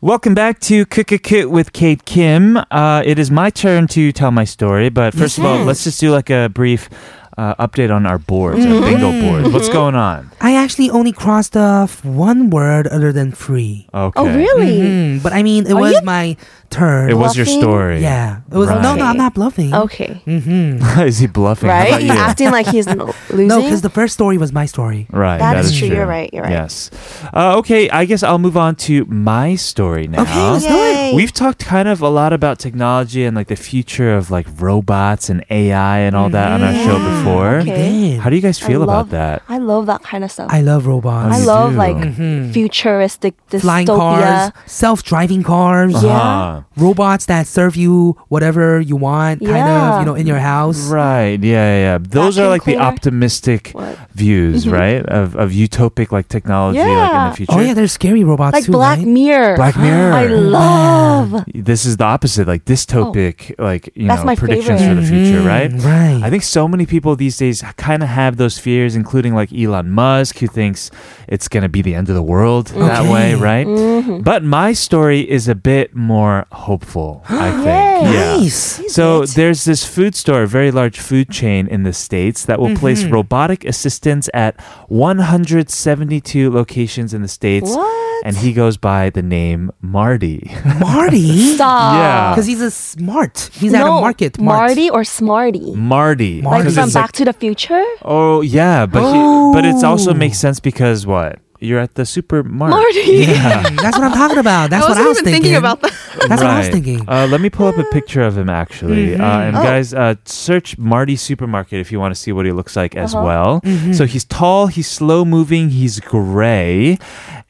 Speaker 1: Welcome back to Cook a Kit with Kate Kim. Uh, it is my turn to tell my story, but first of all, let's just do like a brief uh, update on our boards,
Speaker 7: Mm-hmm.
Speaker 1: our bingo boards. What's going on?
Speaker 2: I actually only crossed off one word other than free.
Speaker 1: Okay.
Speaker 7: Oh, really?
Speaker 2: Mm, but I mean, it
Speaker 7: Are
Speaker 2: was
Speaker 7: you-
Speaker 2: my turn.
Speaker 1: It was your
Speaker 7: Bluffing?
Speaker 1: story.
Speaker 2: Yeah, it was. No, no, I'm not bluffing. Mm-hmm.
Speaker 7: Okay.
Speaker 1: is he bluffing? How
Speaker 7: Right?
Speaker 1: about
Speaker 7: He's
Speaker 1: you?
Speaker 7: acting like he's n- losing.
Speaker 2: No, because the first story was my story.
Speaker 1: Right.
Speaker 7: That is true. You're right. You're right.
Speaker 1: Yes. Uh, okay. I guess I'll move on to my story now.
Speaker 2: Okay, let's do
Speaker 7: Yay.
Speaker 2: it.
Speaker 1: We've talked kind of a lot about technology and like the future of like robots and AI and all that on our show before.
Speaker 7: Okay.
Speaker 2: Dang.
Speaker 1: How do you guys feel
Speaker 7: I
Speaker 1: about
Speaker 7: love,
Speaker 1: that?
Speaker 7: I love that kind of stuff.
Speaker 2: I love robots.
Speaker 7: I
Speaker 1: you
Speaker 7: love
Speaker 1: do.
Speaker 7: like futuristic dystopia.
Speaker 2: Mm-hmm. flying cars, self-driving cars,
Speaker 7: Yeah.
Speaker 1: Uh-huh.
Speaker 2: robots that serve you whatever you want, kind of,
Speaker 7: Yeah.
Speaker 2: you know, in your house.
Speaker 1: Right. Yeah. yeah, Yeah. Those are
Speaker 7: Vacuum
Speaker 1: like the
Speaker 7: cleaner.
Speaker 1: optimistic
Speaker 7: What? Mm-hmm.
Speaker 1: views, right? Of of utopic like technology, like in
Speaker 7: Yeah.
Speaker 1: the future.
Speaker 2: Oh yeah, there's scary robots
Speaker 7: like
Speaker 2: too,
Speaker 7: Black
Speaker 2: right?
Speaker 7: Mirror.
Speaker 1: Black Mirror.
Speaker 7: I love.
Speaker 1: this is the opposite, like dystopic, like you
Speaker 7: Oh. That's
Speaker 1: know,
Speaker 7: my
Speaker 1: predictions for
Speaker 7: favorite.
Speaker 1: the future,
Speaker 2: Mhm,
Speaker 1: right?
Speaker 2: right.
Speaker 1: I think so many people these days kind of have those fears, including like Elon Musk, who thinks it's gonna be the end of the world
Speaker 7: Mm.
Speaker 1: that way,
Speaker 2: Okay.
Speaker 1: right?
Speaker 7: Mm-hmm.
Speaker 1: But my story is a bit more hopeful, I think. Yeah.
Speaker 2: Nice.
Speaker 1: So there's this food store, a very large food chain in the states that will place
Speaker 7: Mm-hmm.
Speaker 1: robotic assistants at 172 locations in the states.
Speaker 7: What?
Speaker 1: And he goes by the name Marty.
Speaker 2: Marty,
Speaker 7: Stop.
Speaker 1: yeah.
Speaker 2: because he's a smart. He's at
Speaker 7: no,
Speaker 2: a market. Mart.
Speaker 7: Marty or Smarty?
Speaker 1: Marty.
Speaker 7: Like
Speaker 2: Marty.
Speaker 1: Because
Speaker 7: from
Speaker 1: it's
Speaker 7: Back to the Future?
Speaker 1: oh yeah, but he, but it's also makes sense because what? You're at the supermarket.
Speaker 7: Oh. Marty.
Speaker 1: Yeah.
Speaker 2: That's what I'm talking about. That's
Speaker 12: I
Speaker 2: what I
Speaker 12: wasn't
Speaker 2: was
Speaker 12: even thinking about that.
Speaker 2: That's what I was
Speaker 1: Right.
Speaker 2: thinking. Ah. Mm-hmm. Oh.
Speaker 1: Uh, let me pull up a picture of him actually. Uh, and guys, uh, search Marty Supermarket if you want to see what he looks like as
Speaker 2: Uh-huh.
Speaker 1: well.
Speaker 2: Mm-hmm.
Speaker 1: So he's tall, he's slow moving, he's gray.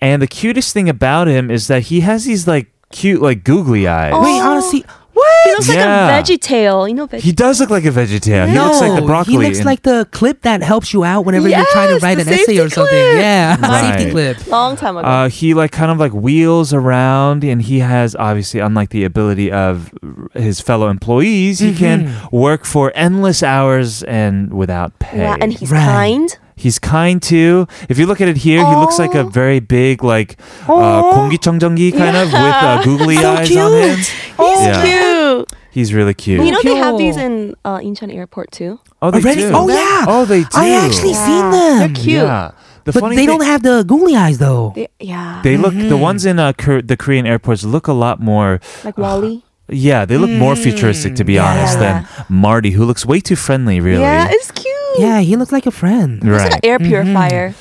Speaker 1: And the cutest thing about him is that he has these like cute, like googly eyes.
Speaker 2: Wait,
Speaker 7: Oh.
Speaker 2: honestly,
Speaker 7: He looks
Speaker 1: Yeah.
Speaker 7: like a veggie tail. You know, veggie.
Speaker 1: He does look like a vegetarian. He
Speaker 2: no,
Speaker 1: looks like the broccoli.
Speaker 2: he
Speaker 1: in-
Speaker 2: looks like the clip that helps you out whenever you're trying to
Speaker 7: Yes,
Speaker 2: write
Speaker 7: the
Speaker 2: an essay
Speaker 7: safety
Speaker 2: or something.
Speaker 7: clip.
Speaker 2: Yeah,
Speaker 1: Right.
Speaker 2: safety clip.
Speaker 7: Long time ago.
Speaker 1: Uh, he like kind of like wheels around, and he has obviously, unlike the ability of his fellow employees, he
Speaker 2: Mm-hmm.
Speaker 1: can work for endless hours and without pay.
Speaker 7: yeah, and he's
Speaker 2: Right.
Speaker 7: kind.
Speaker 1: He's kind too. If you look at it here, he looks like a
Speaker 7: Oh.
Speaker 1: very big like uh, 공기청정기 kind of with uh, googly
Speaker 2: So
Speaker 1: eyes on him.
Speaker 2: cute.
Speaker 7: He's
Speaker 1: Yeah.
Speaker 7: cute.
Speaker 1: He's really cute.
Speaker 7: You know they have
Speaker 2: Cute.
Speaker 7: these in uh, Incheon Airport too.
Speaker 1: oh, they
Speaker 2: Already?
Speaker 1: do.
Speaker 2: Oh, yeah.
Speaker 1: Oh, they do.
Speaker 2: I actually seen them.
Speaker 7: They're cute.
Speaker 1: Yeah. The
Speaker 2: But
Speaker 1: funny
Speaker 2: they
Speaker 1: thing,
Speaker 2: don't have Mm-hmm. the googly eyes though.
Speaker 7: They, yeah.
Speaker 1: They look the ones in uh, Kor- the Korean airports look a lot more.
Speaker 7: like Wally.
Speaker 1: Yeah, they look
Speaker 2: Mm.
Speaker 1: more futuristic to be honest
Speaker 7: yeah,
Speaker 1: than Marty, who looks way too friendly. Really.
Speaker 7: Yeah, it's cute.
Speaker 2: Yeah, he looks like a friend.
Speaker 7: It's
Speaker 1: Right.
Speaker 7: like an air purifier.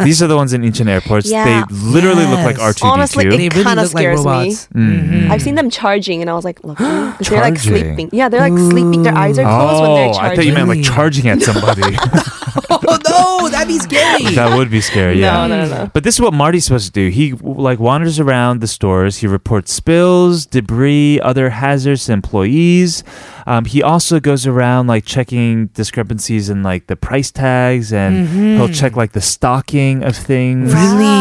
Speaker 1: These are the ones in Incheon airports.
Speaker 7: Yeah.
Speaker 1: They literally look like
Speaker 2: Yes.
Speaker 1: R2D2.
Speaker 7: Honestly,
Speaker 2: They
Speaker 7: It
Speaker 2: really
Speaker 7: kinda
Speaker 2: look like
Speaker 7: scares me.
Speaker 2: robots.
Speaker 1: Mm-hmm.
Speaker 2: Mm-hmm.
Speaker 7: I've seen them charging, and I was like, lucky. 'cause they're like
Speaker 1: Charging.
Speaker 7: sleeping. Yeah, they're like sleeping. Their eyes are closed when
Speaker 1: oh,
Speaker 7: they're charging.
Speaker 1: I thought you meant like charging at somebody.
Speaker 2: oh no, that'd be scary.
Speaker 1: that would be scary. Yeah.
Speaker 2: No, no, no, no.
Speaker 1: But this is what Marty's supposed to do. He like wanders around the stores. He reports spills, debris, other hazards to employees. Um, he also goes around like checking discrepancies in like the price tags, and he'll check like the stocking of things.
Speaker 2: Mm-hmm. Really?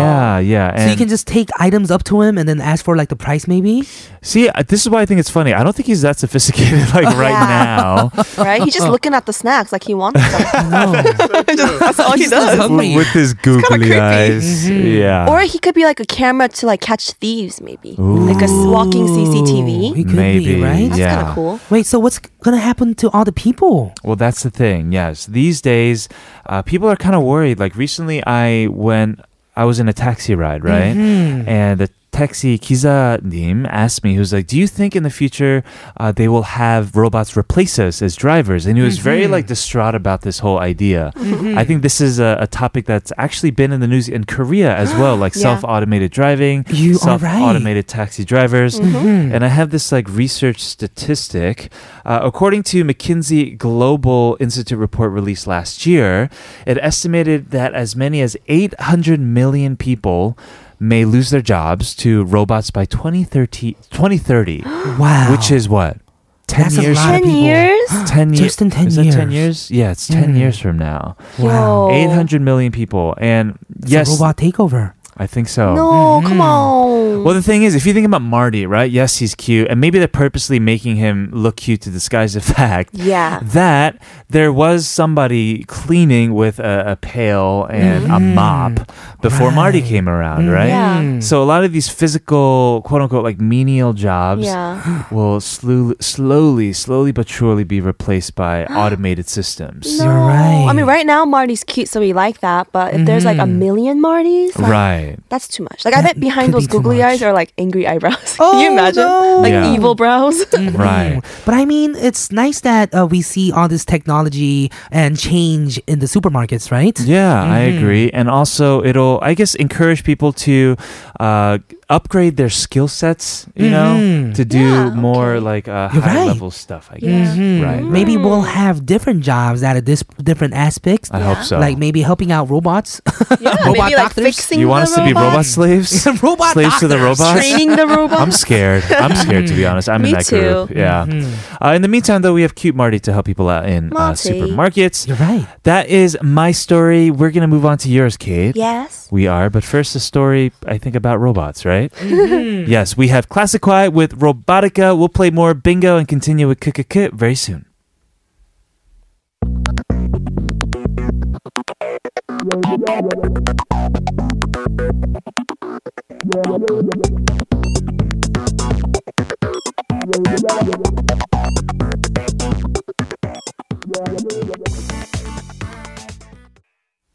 Speaker 1: Yeah, yeah. And
Speaker 2: so you can just take items up to him and then ask for like the price, maybe.
Speaker 1: see, uh, this is why I think it's funny. I don't think he's that sophisticated like right now.
Speaker 7: right? He's just looking at the snacks like he wants them. Just- that's all he
Speaker 2: He's not
Speaker 7: does.
Speaker 2: hungry.
Speaker 1: With his googly
Speaker 7: creepy.
Speaker 1: eyes.
Speaker 2: Mm-hmm.
Speaker 1: Yeah.
Speaker 7: Or he could be like a camera to like catch thieves, maybe like a s- walking
Speaker 2: Ooh, he
Speaker 7: CCTV.
Speaker 2: could
Speaker 1: Maybe,
Speaker 2: be, right?
Speaker 7: That's kind
Speaker 1: yeah.
Speaker 7: of cool.
Speaker 2: Wait, so what's gonna happen to all the people?
Speaker 1: Well, that's the thing. Yes, these days, uh, people are kind of worried. Like recently, I went, I was in a taxi ride, right,
Speaker 2: Mm-hmm.
Speaker 1: and the taxi 기사님 asked me, he was like, "Do you think in the future uh, they will have robots replace us as drivers?" And he was very
Speaker 2: Mm-hmm.
Speaker 1: like distraught about this whole idea. I think this is a, a topic that's actually been in the news in Korea as well, like
Speaker 7: Yeah.
Speaker 1: self-automated driving,
Speaker 2: You are right.
Speaker 1: self-automated automated taxi drivers.
Speaker 2: Mm-hmm.
Speaker 1: And I have this like research statistic. Uh, according to McKinsey Global Institute report released last year, it estimated that as many as 800 million people may lose their jobs to robots by 2030. 2030
Speaker 2: Wow.
Speaker 1: Which is what? 10
Speaker 2: That's a
Speaker 1: years
Speaker 2: lot
Speaker 1: from
Speaker 2: of
Speaker 7: 10
Speaker 2: people.
Speaker 7: years?
Speaker 1: 10 years.
Speaker 2: Just in 10
Speaker 1: is that 10
Speaker 2: years.
Speaker 1: years? Yeah, it's 10
Speaker 2: Mm. Oh.
Speaker 1: years from now.
Speaker 7: Yo.
Speaker 1: 800 million people. And
Speaker 2: It's
Speaker 1: yes,
Speaker 2: a robot takeover.
Speaker 1: I think
Speaker 2: Oh.
Speaker 1: so.
Speaker 7: No,
Speaker 2: Mm-hmm.
Speaker 7: come on.
Speaker 1: Well, the thing is, if you think about Marty, right? Yes, he's cute, and maybe they're purposely making him look cute to disguise the fact
Speaker 7: yeah.
Speaker 1: that there was somebody cleaning with a, a pail and a mop before Marty came around, right?
Speaker 2: Mm.
Speaker 7: Mm. Yeah.
Speaker 1: So a lot of these physical, quote unquote, like menial jobs
Speaker 7: Yeah.
Speaker 1: will slowly, slowly, slowly but surely be replaced by automated systems.
Speaker 2: You're right. Mm-hmm.
Speaker 7: I mean, right now Marty's cute, so we like that. But if there's like a million Martys, like,
Speaker 1: Right.
Speaker 7: That's too much. Like I
Speaker 2: That
Speaker 7: bet behind
Speaker 2: could be
Speaker 7: those
Speaker 2: too
Speaker 7: googly
Speaker 2: much.
Speaker 7: eyes are like angry eyebrows.
Speaker 2: Oh,
Speaker 7: Can you imagine?
Speaker 2: no. Mm.
Speaker 7: Like
Speaker 1: Yeah.
Speaker 7: evil brows.
Speaker 1: Right.
Speaker 2: But I mean, it's nice that uh, we see all this technology and change in the supermarkets, right?
Speaker 1: Yeah, I
Speaker 2: Mm-hmm.
Speaker 1: agree. And also, it'll, I guess, encourage people to uh, upgrade their skill sets, you know, to do
Speaker 7: Yeah,
Speaker 1: more
Speaker 7: okay.
Speaker 1: like uh,
Speaker 2: Mm-hmm. You're
Speaker 1: high
Speaker 2: right.
Speaker 1: level stuff, I guess. Right. right.
Speaker 2: Mm-hmm. Maybe we'll have different jobs out of this different aspects.
Speaker 1: I hope so.
Speaker 2: Like maybe helping out robots.
Speaker 7: yeah,
Speaker 2: Robot
Speaker 7: maybe like
Speaker 2: doctors?
Speaker 7: fixing
Speaker 1: you want
Speaker 7: the
Speaker 1: us to be robot
Speaker 7: robots,
Speaker 1: slaves?
Speaker 2: Robot
Speaker 1: slaves to the
Speaker 2: doctors.
Speaker 1: robots?
Speaker 7: training the robot.
Speaker 1: I'm scared. I'm scared to be honest. I'm in
Speaker 7: Me
Speaker 1: that
Speaker 7: too.
Speaker 1: group. Yeah.
Speaker 2: Mm-hmm.
Speaker 1: Uh, in the meantime, though, we have cute Marty to help people out in uh,
Speaker 7: Marty.
Speaker 1: supermarkets.
Speaker 2: You're right.
Speaker 1: That is my story. We're gonna move on to yours, Kate.
Speaker 7: Yes.
Speaker 1: We are, but first a story I think about robots, right? yes, we have Classic Quiet with Robotica. We'll play more bingo and continue with Kukukuk very soon.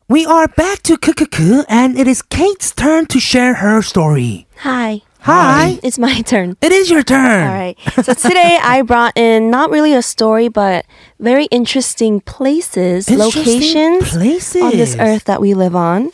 Speaker 2: We are back to Kukuku, and it is Kate's turn to share her story.
Speaker 7: Hi.
Speaker 2: Hi.
Speaker 7: It's my turn.
Speaker 2: It is your turn.
Speaker 7: All right. So today I brought in not really a story, but very interesting places,
Speaker 2: Interesting
Speaker 7: locations
Speaker 2: places.
Speaker 7: on this earth that we live on.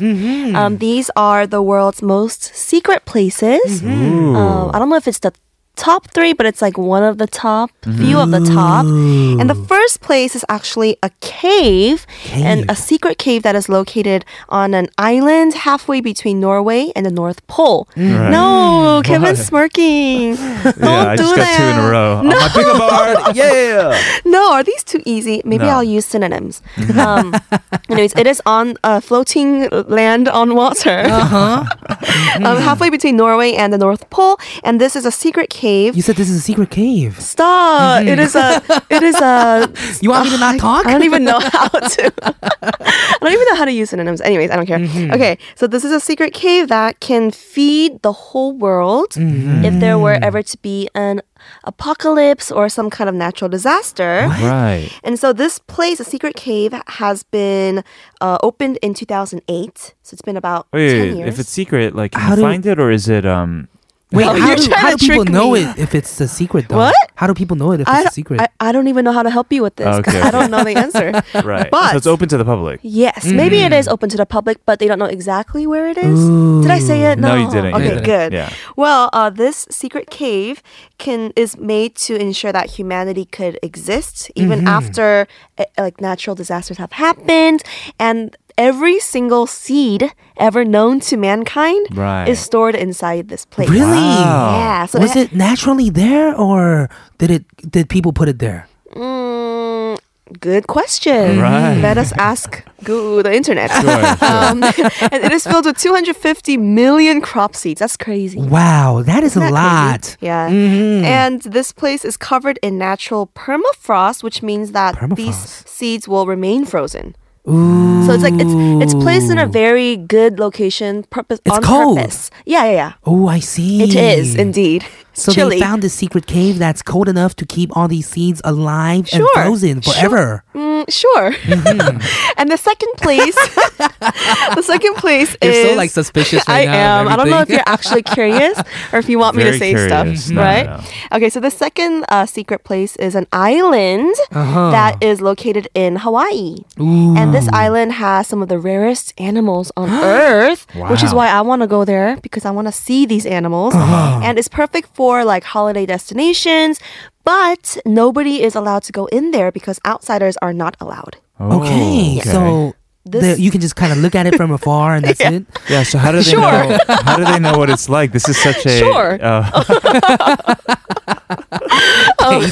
Speaker 7: Um, these are the world's most secret places. Um, I don't know if it's the top three, but it's like one of the top, few of the top.
Speaker 1: Mm-hmm.
Speaker 7: And the first place is actually a cave, and a secret cave that is located on an island halfway between Norway and the North Pole. No, Kevin's smirking. Don't
Speaker 1: yeah, I
Speaker 7: do
Speaker 1: just got
Speaker 7: that.
Speaker 1: two in a row. On my bingo board. Yeah.
Speaker 7: No, are these too easy? Maybe
Speaker 1: No.
Speaker 7: I'll use synonyms. um, anyways, it is on uh, floating land on water, um, halfway between Norway and the North Pole, and this is a secret cave.
Speaker 2: You said this is a secret cave.
Speaker 7: Stop! It is a. It is a.
Speaker 2: You want me to not talk?
Speaker 7: I don't even know how to. I don't even know how to use synonyms. Anyways, I don't care. Okay, so this is a secret cave that can feed the whole world if there were ever to be an apocalypse or some kind of natural disaster.
Speaker 1: Right.
Speaker 7: And so this place, a secret cave, has been uh, opened in 2008. So it's been about 10
Speaker 1: Wait,
Speaker 7: years.
Speaker 1: if it's secret, like can
Speaker 2: How
Speaker 1: you
Speaker 2: do-
Speaker 1: find it or is it um
Speaker 2: Wait,
Speaker 7: Oh,
Speaker 2: how,
Speaker 7: you're
Speaker 2: do,
Speaker 7: trying
Speaker 2: how
Speaker 7: to
Speaker 2: do people
Speaker 7: trick
Speaker 2: know
Speaker 7: me.
Speaker 2: it if it's a secret though?
Speaker 7: What?
Speaker 2: How do people know it if
Speaker 7: I,
Speaker 2: it's a
Speaker 7: don't-
Speaker 2: secret?
Speaker 7: I, I don't even know how to help you with this. 'cause
Speaker 1: Okay,
Speaker 7: I don't know the answer.
Speaker 1: Right.
Speaker 7: But
Speaker 1: so it's open to the public.
Speaker 7: Yes, maybe it is
Speaker 1: Mm-hmm.
Speaker 7: open to the public, but they don't know exactly where it is. Did I say it?
Speaker 1: No,
Speaker 7: No,
Speaker 1: you didn't. You
Speaker 7: Okay,
Speaker 1: didn't.
Speaker 7: good.
Speaker 1: Yeah.
Speaker 7: Well, uh, this secret cave can is made to ensure that humanity could exist even
Speaker 1: Mm-hmm.
Speaker 7: after uh, like natural disasters have happened, and every single seed ever known to mankind
Speaker 1: Right.
Speaker 7: is stored inside this place.
Speaker 2: Really?
Speaker 1: Wow.
Speaker 7: Yeah. So
Speaker 2: was it
Speaker 7: it-
Speaker 2: naturally there or did it did people put it there?
Speaker 7: Mm, good question.
Speaker 1: Right.
Speaker 7: Let us ask Google the internet.
Speaker 1: Sure, sure.
Speaker 7: Um, and it is filled with 250 million crop seeds. That's crazy.
Speaker 2: Wow, that is a
Speaker 7: Isn't that
Speaker 2: lot. Mm-hmm.
Speaker 7: crazy? Yeah. And this place is covered in natural permafrost, which means that these
Speaker 2: Permafrost.
Speaker 7: seeds will remain frozen. So it's like it's it's placed in a very good location purpose
Speaker 2: It's
Speaker 7: on
Speaker 2: cold.
Speaker 7: purpose. Yeah, yeah, yeah.
Speaker 2: Oh, I see.
Speaker 7: It is indeed. It's
Speaker 2: So
Speaker 7: chilly.
Speaker 2: they found this secret cave that's cold enough to keep all these seeds alive and
Speaker 7: Sure.
Speaker 2: frozen forever.
Speaker 7: Mm, sure.
Speaker 2: Mm-hmm.
Speaker 7: and the second place, the second place
Speaker 2: You're so,
Speaker 7: is.
Speaker 2: like, suspicious right
Speaker 7: I
Speaker 2: now
Speaker 7: am.
Speaker 2: of
Speaker 7: I don't know if
Speaker 2: everything.
Speaker 7: you're actually curious or if you want me
Speaker 1: Very
Speaker 7: to say
Speaker 1: curious.
Speaker 7: stuff,
Speaker 1: No,
Speaker 7: right?
Speaker 1: no,
Speaker 7: Okay, so the second uh, secret place is an island
Speaker 2: Uh-huh.
Speaker 7: that is located in Hawaii, and this island has some of the rarest animals on Earth, which is
Speaker 1: Wow.
Speaker 7: why I want to go there because I want to see these animals, and it's perfect for like holiday destinations. But nobody is allowed to go in there because outsiders are not allowed.
Speaker 1: Oh,
Speaker 2: okay, so
Speaker 7: This-
Speaker 2: the, you can just kind of look at it from afar and that's it.
Speaker 1: yeah. So how do they
Speaker 7: Sure.
Speaker 1: know? How do they know what it's like? This is such a
Speaker 7: Sure.
Speaker 1: uh,
Speaker 7: Oh,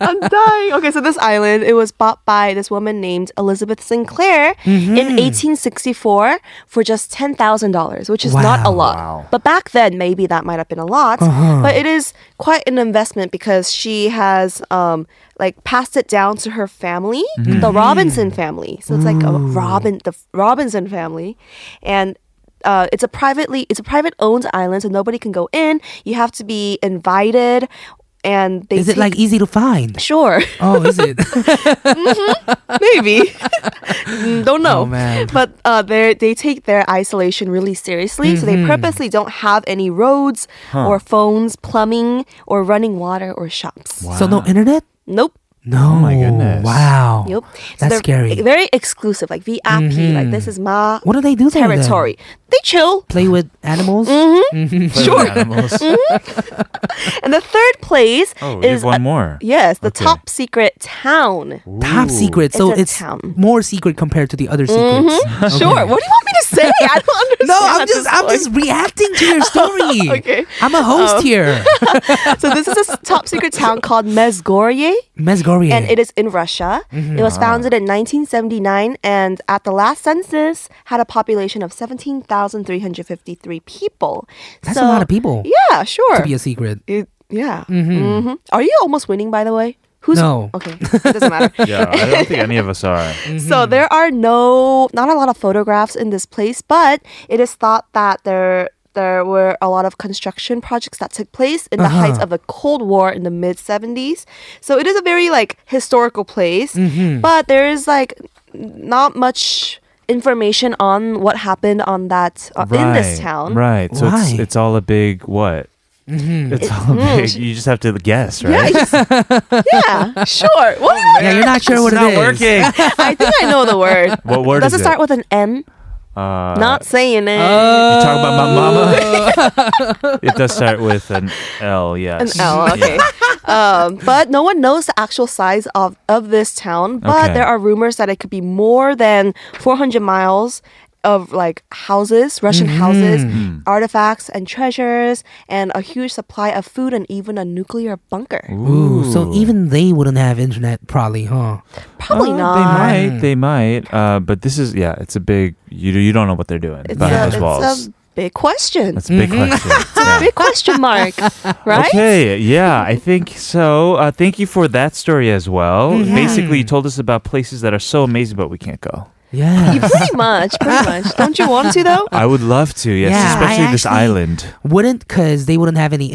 Speaker 7: I'm dying. Okay, so this island, it was bought by this woman named Elizabeth Sinclair
Speaker 2: Mm-hmm.
Speaker 7: in 1864 for just $10,000, which is not
Speaker 2: Wow.
Speaker 7: a
Speaker 2: Uh-huh.
Speaker 7: lot. But back then, maybe that might have been a lot. But it is quite an investment because she has um, like passed it down to her family, the
Speaker 2: Mm-hmm.
Speaker 7: Robinson family. So it's like a Robin, the Robinson family. And uh, it's a privately it's a private owned island so nobody can go in you have to be invited and they
Speaker 2: Is it
Speaker 7: take-
Speaker 2: like easy to find?
Speaker 7: Sure,
Speaker 2: Oh, is it?
Speaker 7: maybe. Mm, Don't know.
Speaker 2: Oh, man.
Speaker 7: But uh, they they take their isolation really seriously, so
Speaker 2: Mm-hmm.
Speaker 7: they purposely don't have any roads or phones, plumbing, or running water or shops.
Speaker 2: So no internet?
Speaker 7: Nope.
Speaker 2: No. Oh
Speaker 1: my goodness.
Speaker 2: Wow.
Speaker 7: Nope. So
Speaker 2: Oh, That's
Speaker 7: they're
Speaker 2: scary. Mm-hmm.
Speaker 7: Very exclusive, like VIP. Like this is my
Speaker 2: What do they do there? then?
Speaker 7: territory. Mm. They chill.
Speaker 2: Play with animals?
Speaker 1: sure. animals.
Speaker 7: And the third place
Speaker 1: Oh, you
Speaker 7: is
Speaker 1: have one
Speaker 7: uh,
Speaker 1: more.
Speaker 7: Yes, the
Speaker 1: Okay.
Speaker 7: top secret town.
Speaker 2: Top secret.
Speaker 7: It's
Speaker 2: So
Speaker 7: a
Speaker 2: it's
Speaker 7: town. Mm-hmm.
Speaker 2: more secret compared to the other secrets. Okay.
Speaker 7: Sure. What do you want me to say? I don't understand.
Speaker 2: No, I'm
Speaker 7: at
Speaker 2: just
Speaker 7: this
Speaker 2: I'm
Speaker 7: point.
Speaker 2: just reacting to your story.
Speaker 7: Okay. Um,
Speaker 2: I'm a host here.
Speaker 7: So this is a s- top secret town called Mezgorye.
Speaker 2: Mesgoria.
Speaker 7: and it is in Russia.
Speaker 2: Mm-hmm.
Speaker 7: It was
Speaker 2: Ah.
Speaker 7: founded in 1979 and at the last census had a population of 17,353 people.
Speaker 2: That's
Speaker 7: So-
Speaker 2: a lot of people
Speaker 7: Yeah,
Speaker 2: to
Speaker 7: sure.
Speaker 2: be a secret.
Speaker 7: It- yeah. Mm-hmm. Are you almost winning by the way? Who's
Speaker 2: No.
Speaker 7: Okay, it doesn't matter.
Speaker 1: Yeah, I don't think any of us are.
Speaker 7: So there are no not a lot of photographs in this place, but it is thought that there there were a lot of construction projects that took place in the
Speaker 1: Uh-huh.
Speaker 7: heights of the Cold War in the mid 70s. So it is a very like historical place,
Speaker 1: Mm-hmm.
Speaker 7: but there is like not much information on what happened on that uh, in this town.
Speaker 1: Right. So it's
Speaker 2: Why?
Speaker 1: it's all a big what? It's all a big. You just have to guess, right?
Speaker 7: Yeah, sure. What?
Speaker 2: Yeah, you're not sure what
Speaker 1: it's
Speaker 2: it
Speaker 1: not
Speaker 2: is.
Speaker 1: working.
Speaker 7: I think I know the word.
Speaker 1: What word
Speaker 7: Does
Speaker 1: is
Speaker 7: it
Speaker 1: it?
Speaker 7: start with an M?
Speaker 1: Uh, Oh,
Speaker 7: not saying it.
Speaker 1: You talk about my mama. it does start with an L.
Speaker 7: An
Speaker 1: Yes.
Speaker 7: L, Oh, okay. um, but no one knows the actual size of, of this town. But
Speaker 1: Okay.
Speaker 7: there are rumors that it could be more than 400 miles of like houses, Russian
Speaker 1: Mm-hmm.
Speaker 7: houses, artifacts and treasures, and a huge supply of food and even a nuclear bunker.
Speaker 2: Ooh, so even they wouldn't have internet, probably, huh?
Speaker 7: Probably
Speaker 1: Uh,
Speaker 7: not.
Speaker 1: They might. They might. Uh, but this is yeah. It's a big. You you don't know what they're doing
Speaker 7: It's,
Speaker 1: behind
Speaker 7: a,
Speaker 1: those
Speaker 7: it's
Speaker 1: walls.
Speaker 7: a big question.
Speaker 1: That's a big
Speaker 2: Mm-hmm.
Speaker 1: question. Yeah.
Speaker 7: Big question mark, right?
Speaker 1: Okay, yeah, I think so. Uh,
Speaker 2: Mm-hmm.
Speaker 1: thank you for that story as well. Basically, you told us about places that are so amazing, but we can't go.
Speaker 2: Yeah.
Speaker 7: pretty much, pretty much. Don't you want to though?
Speaker 1: I would love to, yes,
Speaker 2: Uh, Yeah,
Speaker 1: especially
Speaker 2: I
Speaker 1: this
Speaker 2: actually-
Speaker 1: island.
Speaker 2: Wouldn't because they wouldn't have any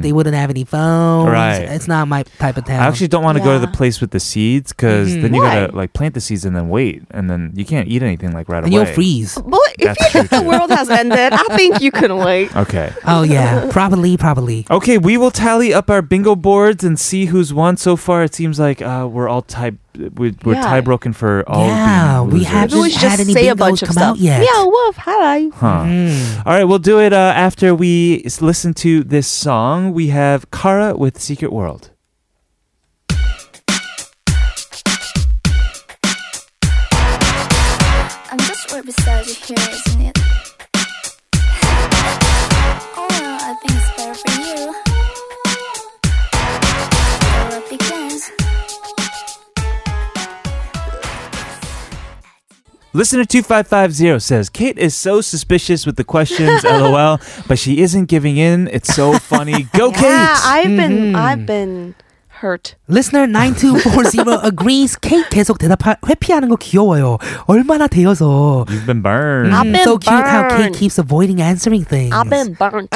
Speaker 1: Mm.
Speaker 2: They wouldn't have any phones.
Speaker 1: Right.
Speaker 2: It's not my type of town.
Speaker 1: I actually don't want to go to the
Speaker 7: Yeah.
Speaker 1: place with the seeds because
Speaker 2: Mhm.
Speaker 1: then you
Speaker 7: Why?
Speaker 1: gotta like plant the seeds and then wait, and then you can't eat anything like right
Speaker 2: and
Speaker 1: away.
Speaker 2: you'll freeze.
Speaker 7: But if
Speaker 1: That's
Speaker 7: you
Speaker 1: true,
Speaker 7: think the
Speaker 1: too.
Speaker 7: world has ended, I think you can wait.
Speaker 1: Okay.
Speaker 2: Oh yeah, probably, probably.
Speaker 1: Okay, we will tally up our bingo boards and see who's won. So far, it seems like uh, we're all tie we, we're
Speaker 7: Yeah.
Speaker 1: tie broken for all.
Speaker 2: yeah,
Speaker 1: being
Speaker 2: we
Speaker 1: losers.
Speaker 2: haven't
Speaker 7: Everyone should
Speaker 2: had any
Speaker 7: just say a
Speaker 2: bingos
Speaker 7: bunch of
Speaker 2: come out
Speaker 7: stuff.
Speaker 2: yet.
Speaker 7: Yeah, woof, hi.
Speaker 1: Huh. All right, we'll do it uh, after we s- listen to this song. We have Kara with Secret World.
Speaker 4: I'm just right beside you here, isn't it? Oh, I think it's better for you. Well, it begins.
Speaker 1: Listener 2550 says, Kate is so suspicious with the questions, lol, but she isn't giving in. It's so funny. Go, Kate!
Speaker 7: Yeah, I've
Speaker 2: Mm-hmm.
Speaker 7: been, I've been hurt.
Speaker 2: Listener 9240 agrees. Kate 계속 대답 회피하는 거 귀여워요. 얼마나 되어서.
Speaker 1: You've been burned.
Speaker 7: I've been
Speaker 2: so cute how Kate
Speaker 7: burned.
Speaker 2: keeps avoiding answering things.
Speaker 7: I've been burnt.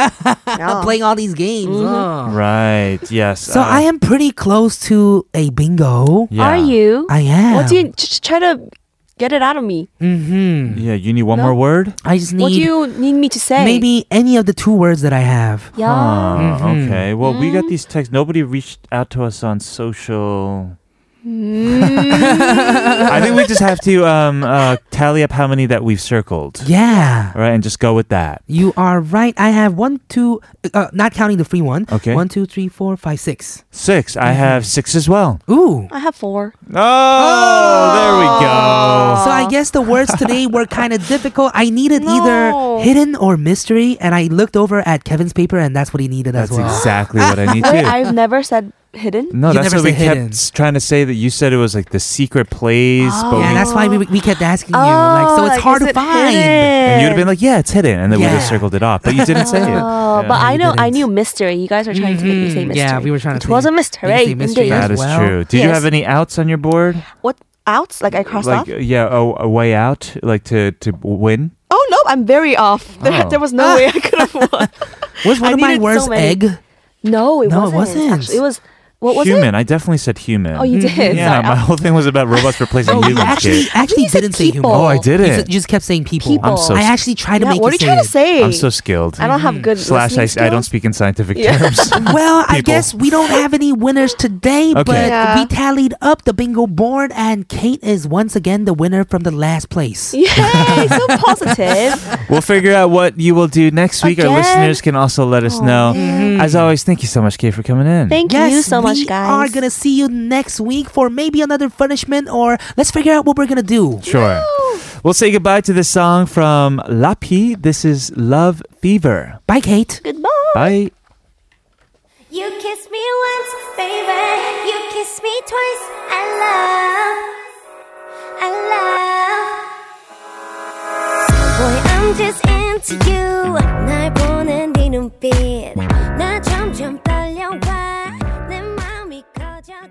Speaker 7: Yeah.
Speaker 2: playing all these games.
Speaker 7: Mm-hmm.
Speaker 2: uh.
Speaker 1: Right, yes.
Speaker 2: So
Speaker 1: uh,
Speaker 2: I am pretty close to a bingo.
Speaker 1: yeah.
Speaker 7: Are you?
Speaker 2: I am.
Speaker 7: What do you just try to get it out of me?
Speaker 2: hmm
Speaker 1: Yeah, you need one more word?
Speaker 2: I just need
Speaker 7: What do you need me to say?
Speaker 2: maybe any of the two words that I have.
Speaker 7: Yeah. Mm-hmm. Mm.
Speaker 1: Ah, Okay, well, we got these texts. Nobody reached out to us on social.
Speaker 7: Mm.
Speaker 1: I think we just have to um, uh, tally up how many that we've circled.
Speaker 2: Yeah.
Speaker 1: All right, and just go with that.
Speaker 2: You are right. I have one, two, uh, not counting the free one.
Speaker 1: Okay.
Speaker 2: One, two, three, four, five, six.
Speaker 1: Six. I
Speaker 7: Mm-hmm.
Speaker 1: have six as well.
Speaker 2: Ooh.
Speaker 7: I have four.
Speaker 1: Oh, there we go.
Speaker 2: So I guess the words today were kind of difficult. I needed
Speaker 7: No.
Speaker 2: either hidden or mystery, and I looked over at Kevin's paper, and that's what he needed
Speaker 1: That's
Speaker 2: as well.
Speaker 1: exactly what I need
Speaker 7: Wait,
Speaker 1: to.
Speaker 7: I've never said hidden.
Speaker 1: No,
Speaker 2: You
Speaker 1: that's
Speaker 2: never
Speaker 1: what we
Speaker 2: say
Speaker 1: kept
Speaker 2: hidden.
Speaker 1: s- trying to say that you said it was like the secret place, but
Speaker 2: Yeah,
Speaker 1: we,
Speaker 2: that's why we, we kept asking you.
Speaker 7: Oh,
Speaker 2: Like, so it's
Speaker 7: like,
Speaker 2: hard
Speaker 7: is
Speaker 2: to
Speaker 7: it
Speaker 2: find.
Speaker 7: hidden?
Speaker 1: and you'd have been like, yeah, it's hidden, and then we just
Speaker 2: Yeah.
Speaker 1: circled it off, but you didn't say it.
Speaker 7: Oh,
Speaker 1: Yeah.
Speaker 7: but I
Speaker 2: you
Speaker 7: know I
Speaker 2: didn't.
Speaker 7: knew mystery. You guys are trying to make me say
Speaker 2: Mhm.
Speaker 7: mystery.
Speaker 2: Yeah, we were trying to
Speaker 7: It was
Speaker 2: say-
Speaker 7: a mystery.
Speaker 2: make you say mystery.
Speaker 7: indeed.
Speaker 1: that is
Speaker 2: well.
Speaker 1: true. Did you
Speaker 7: Yes.
Speaker 1: have any outs on your board?
Speaker 7: What outs? Like I crossed
Speaker 1: Like,
Speaker 7: off?
Speaker 1: yeah, a, a way out, like to to win.
Speaker 7: Oh no, I'm very off. There,
Speaker 1: Oh.
Speaker 7: there was no way I could have won.
Speaker 2: Was one
Speaker 7: I
Speaker 2: of my
Speaker 7: needed so
Speaker 2: words
Speaker 7: many.
Speaker 2: egg?
Speaker 7: No, it
Speaker 2: No, it
Speaker 7: wasn't.
Speaker 2: wasn't.
Speaker 7: Actually, it was what was
Speaker 1: human. I definitely said human.
Speaker 7: it? Oh, you did.
Speaker 1: yeah,
Speaker 7: Sorry.
Speaker 1: my whole thing was about robots replacing
Speaker 2: Oh, you
Speaker 1: humans.
Speaker 2: actually,
Speaker 1: kid.
Speaker 2: actually
Speaker 7: you said
Speaker 2: didn't say human.
Speaker 7: people.
Speaker 1: Oh, I
Speaker 2: You
Speaker 1: didn't.
Speaker 2: just, you just kept saying people.
Speaker 7: People.
Speaker 1: I'm so
Speaker 2: I actually tried to make
Speaker 7: Yeah, what
Speaker 2: you
Speaker 7: are you
Speaker 2: say it.
Speaker 7: trying to say?
Speaker 1: I'm so skilled.
Speaker 7: I don't have good
Speaker 1: Slash, I,
Speaker 7: listening
Speaker 1: I don't
Speaker 7: skills.
Speaker 1: speak in scientific
Speaker 7: Yeah.
Speaker 1: terms.
Speaker 2: Well, I
Speaker 1: People.
Speaker 2: guess we don't have any winners today,
Speaker 1: Okay.
Speaker 2: but
Speaker 7: Yeah.
Speaker 2: we tallied up the bingo board, and Kate is once again the winner from the last place.
Speaker 7: Yay! So positive.
Speaker 1: We'll figure out what you will do next week. Our
Speaker 7: Again?
Speaker 1: listeners can also let us know. As always, thank you so much, Kate, for coming in.
Speaker 7: Thank
Speaker 2: Yes,
Speaker 7: you so much, guys.
Speaker 2: We are gonna see you next week for maybe another punishment, or let's figure out what we're gonna do.
Speaker 1: Sure. We'll say goodbye to this song from Lapi. This is Love Fever.
Speaker 2: Bye, Kate.
Speaker 7: Goodbye.
Speaker 1: Bye.
Speaker 4: You kiss me once, baby. You kiss me twice. I love, I love. Boy, I'm just into you. 날 보는 네 눈빛. 나 점점 떨려와. 내 마음이 커져가.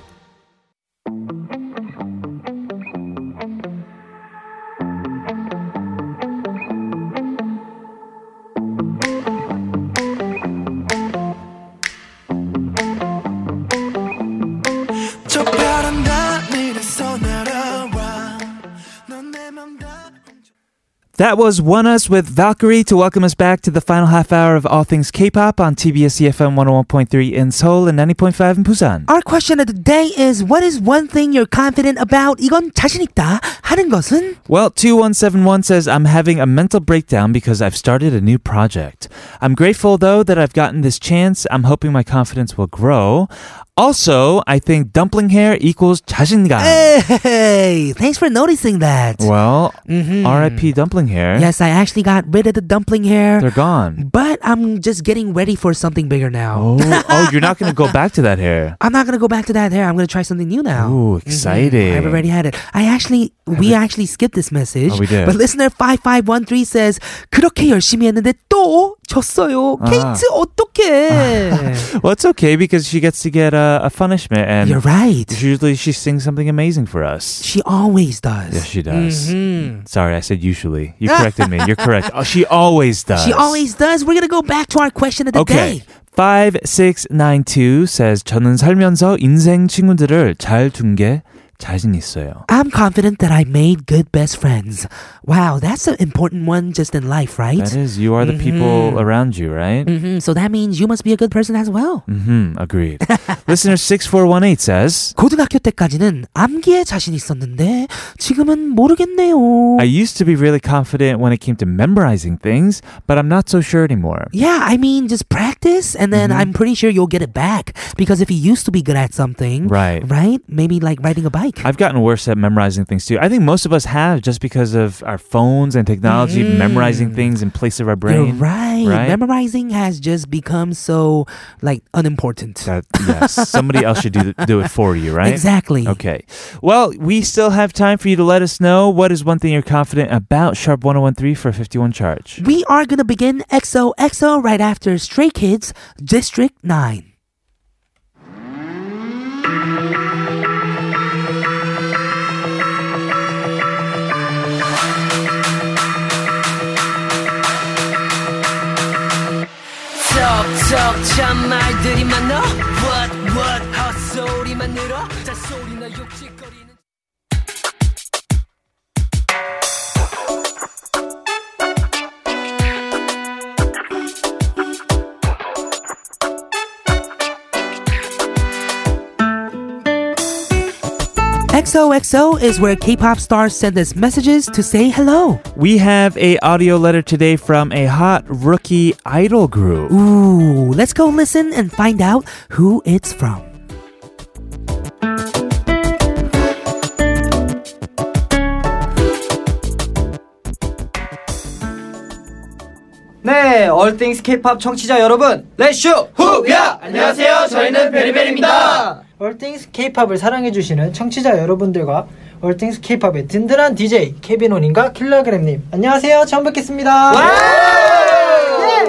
Speaker 10: 저 바람 나늘에서 날아와 넌내맘다
Speaker 1: That was One Us with Valkyrie to welcome us back to the final half hour of All Things K-Pop on TBS EFM 101.3 in Seoul and 90.5 in Busan.
Speaker 2: Our question of the day is: What is one thing you're confident about? 이건 자신 있다 하는 것은?
Speaker 1: Well, 2171 says, I'm having a mental breakdown because I've started a new project. I'm grateful, though, that I've gotten this chance. I'm hoping my confidence will grow. Also, I think dumpling hair equals 자신감.
Speaker 2: Hey, thanks for noticing that.
Speaker 1: Well, RIP dumpling hair.
Speaker 2: Yes, I actually got rid of the dumpling hair,
Speaker 1: They're gone.
Speaker 2: but I'm just getting ready for something bigger
Speaker 1: Oh,
Speaker 2: now.
Speaker 1: oh, you're not going to go back to that hair.
Speaker 2: I'm not gonna go back to that hair. I'm gonna try something new now.
Speaker 1: Ooh, exciting.
Speaker 2: I've already had it. I actually, we actually skipped this message.
Speaker 1: Oh, we did.
Speaker 2: But listener 5513 says, 그렇게 열심히 했는데 또 졌어요.
Speaker 1: 아.
Speaker 2: 케이트 어떡해.
Speaker 1: Well, it's okay because she gets to get uh, a, a punishment, and
Speaker 2: You're right.
Speaker 1: usually she sings something amazing for us.
Speaker 2: She always does. Hmm.
Speaker 1: Yes, she does.
Speaker 2: Mm-hmm.
Speaker 1: Sorry, I said usually. You corrected me. You're correct. Oh, she always does.
Speaker 2: She always does. We're gonna go back to our question of the
Speaker 1: Okay.
Speaker 2: day.
Speaker 1: 5692 says 저는 살면서 인생 친구들을 잘 둔 게 자신 있어요.
Speaker 2: I'm confident that I made good best friends. Wow, that's an important one just in life, right?
Speaker 1: That
Speaker 2: Mm-hmm.
Speaker 1: is, you are the people around you, right?
Speaker 2: hmm So that means you must be a good person as well.
Speaker 1: Mm-hmm, agreed. Listener 6418 says
Speaker 2: 고등학교 때까지는 암기에 자신 있었는데 지금은 모르겠네요.
Speaker 1: I used to be really confident when it came to memorizing things, but I'm not so sure anymore.
Speaker 2: Yeah, I mean, just practice, and then
Speaker 1: Mm-hmm.
Speaker 2: I'm pretty sure you'll get it back. Because if you used to be good at something,
Speaker 1: Right.
Speaker 2: right, maybe like riding a bike.
Speaker 1: I've gotten worse at memorizing things too. I think most of us have just because of our phones and technology, memorizing things in place of our brain.
Speaker 2: Mm. You're right.
Speaker 1: Right?
Speaker 2: Memorizing has just become so like unimportant.
Speaker 1: That, yes, somebody else should do, do it for you, right?
Speaker 2: Exactly.
Speaker 1: Okay. Well, we still have time for you to let us know what is one thing you're confident about. Sharp 1013 for 51 charge.
Speaker 2: We are gonna begin XOXO right after Stray Kids District Nine.
Speaker 6: 척척 참 말들이 많아 What what 헛소리만 늘어 잔소리나 욕짓거리는
Speaker 2: XOXO is where K-pop stars send us messages to say hello.
Speaker 1: We have a audio letter today from a hot rookie idol group.
Speaker 2: Ooh, let's go listen and find out who it's from.
Speaker 13: 네, 얼띵스 케이팝 청취자 여러분, 렛쇼 후야! 안녕하세요. 저희는 베리베리입니다. 얼띵스 케이팝을 사랑해 주시는 청취자 여러분들과 얼띵스 케이팝의 든든한 DJ 케빈온님과 킬러그램 님. 안녕하세요. 처음 뵙겠습니다.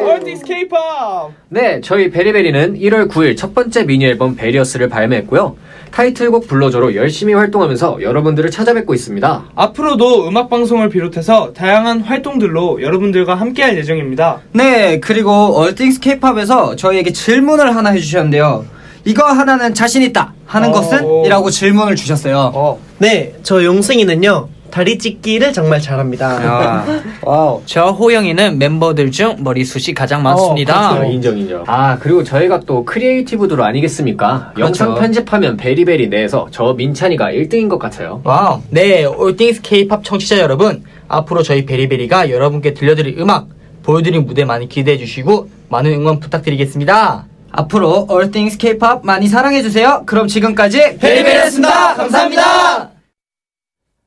Speaker 13: 얼띵스 케이팝.
Speaker 14: 네, 저희 베리베리는 1월 9일 첫 번째 미니 앨범 베리어스를 발매했고요. 타이틀곡 불러줘로 열심히 활동하면서 여러분들을 찾아뵙고 있습니다.
Speaker 15: 앞으로도 음악 방송을 비롯해서 다양한 활동들로 여러분들과 함께할 예정입니다.
Speaker 13: 네, 그리고 얼띵스 케이팝에서 저희에게 질문을 하나 해주셨는데요. 이거 하나는 자신 있다 하는
Speaker 15: 어,
Speaker 5: 어.
Speaker 13: 것은? 이라고 질문을 주셨어요.
Speaker 16: 네, 저 용승이는요. 다리 찢기를 정말 잘합니다.
Speaker 17: 아. 저 호영이는 멤버들 중 머리숱이 가장 많습니다.
Speaker 14: 인정, 인정. 어, 아, 그리고 저희가 또 크리에이티브도 아니겠습니까?
Speaker 17: 그렇죠.
Speaker 14: 영상 편집하면 베리베리 내에서 저 민찬이가 1등인 것 같아요.
Speaker 17: 와우. 네, 올띵스 K-팝 청취자 여러분, 앞으로 저희 베리베리가 여러분께 들려드릴 음악, 보여드릴 무대 많이 기대해 주시고 많은 응원 부탁드리겠습니다.
Speaker 13: 앞으로 얼띵스 케이팝 많이 사랑해주세요. 그럼 지금까지 베리베리였습니다. 감사합니다.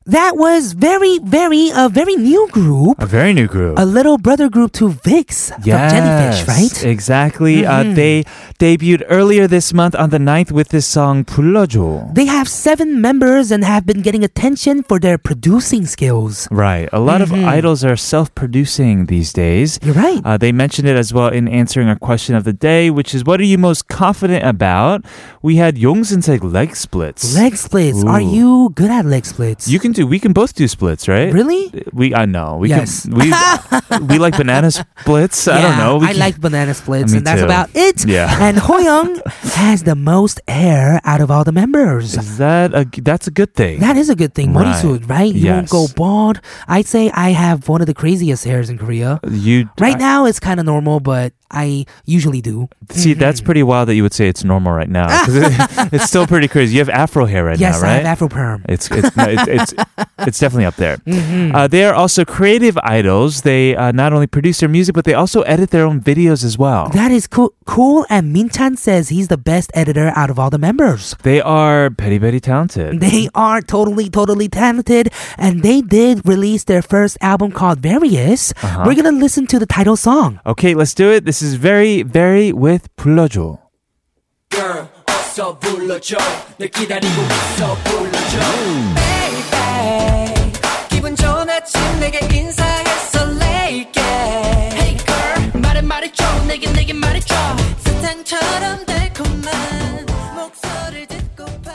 Speaker 2: That was very, very, a very new group.
Speaker 1: A very new group.
Speaker 2: A little brother group to Vix from Jellyfish, right?
Speaker 1: Exactly. Uh,
Speaker 2: Mhm.
Speaker 1: they debuted earlier this month on the 9th with this song 불러줘.
Speaker 2: They have seven members and have been getting attention for their producing skills.
Speaker 1: Right. A lot
Speaker 2: Mhm.
Speaker 1: of idols are self producing these days.
Speaker 2: You're right.
Speaker 1: Uh, they mentioned it as well in answering our question of the day, which is what are you most confident about? We had Yongsun leg splits.
Speaker 2: Leg splits. Are
Speaker 1: Ooh.
Speaker 2: you good at leg splits?
Speaker 1: You can do. We can both do splits, right?
Speaker 2: Really?
Speaker 1: We. I know. We
Speaker 2: Yes.
Speaker 1: can. We. we like banana splits. I don't
Speaker 2: Yeah,
Speaker 1: know. We
Speaker 2: I
Speaker 1: can-
Speaker 2: like banana splits,
Speaker 1: Me
Speaker 2: and that's
Speaker 1: too.
Speaker 2: about it.
Speaker 1: Yeah.
Speaker 2: And Hoyoung has the most hair out of all the members.
Speaker 1: Is that a? That's a good thing.
Speaker 2: That is a good thing.
Speaker 1: Right.
Speaker 2: Bodysuit, right? You
Speaker 1: Yes.
Speaker 2: won't go bald. I'd say I have one of the craziest hairs in Korea.
Speaker 1: You
Speaker 2: Right now, it's kind of normal, but I usually do.
Speaker 1: See, that's pretty wild that you would say it's normal right now. 'cause it- it's still pretty crazy. You have afro hair right
Speaker 2: yes,
Speaker 1: now,
Speaker 2: I
Speaker 1: right?
Speaker 2: have Afro perm.
Speaker 1: It's it's, no, it's it's it's definitely up there.
Speaker 2: Mm-hmm.
Speaker 1: Uh, they are also creative idols. They uh, not only produce their music, but they also edit their own videos as well.
Speaker 2: That is cool. Cool. And Minchan says he's the best editor out of all the members.
Speaker 1: They are very, very talented.
Speaker 2: They are totally, totally talented, and they did release their first album called Various.
Speaker 1: Uh-huh.
Speaker 2: We're gonna listen to the title song.
Speaker 1: Okay, let's do it. This is very, very with 불러줘.
Speaker 18: girl 어서 불러줘 널 기다리고 있어 불러줘 baby 기분 좋은 아침 내게 인사했어 late hey girl 말해 말해줘 내게 내게 말해줘 사탕처럼 달콤한 목소리를 듣고파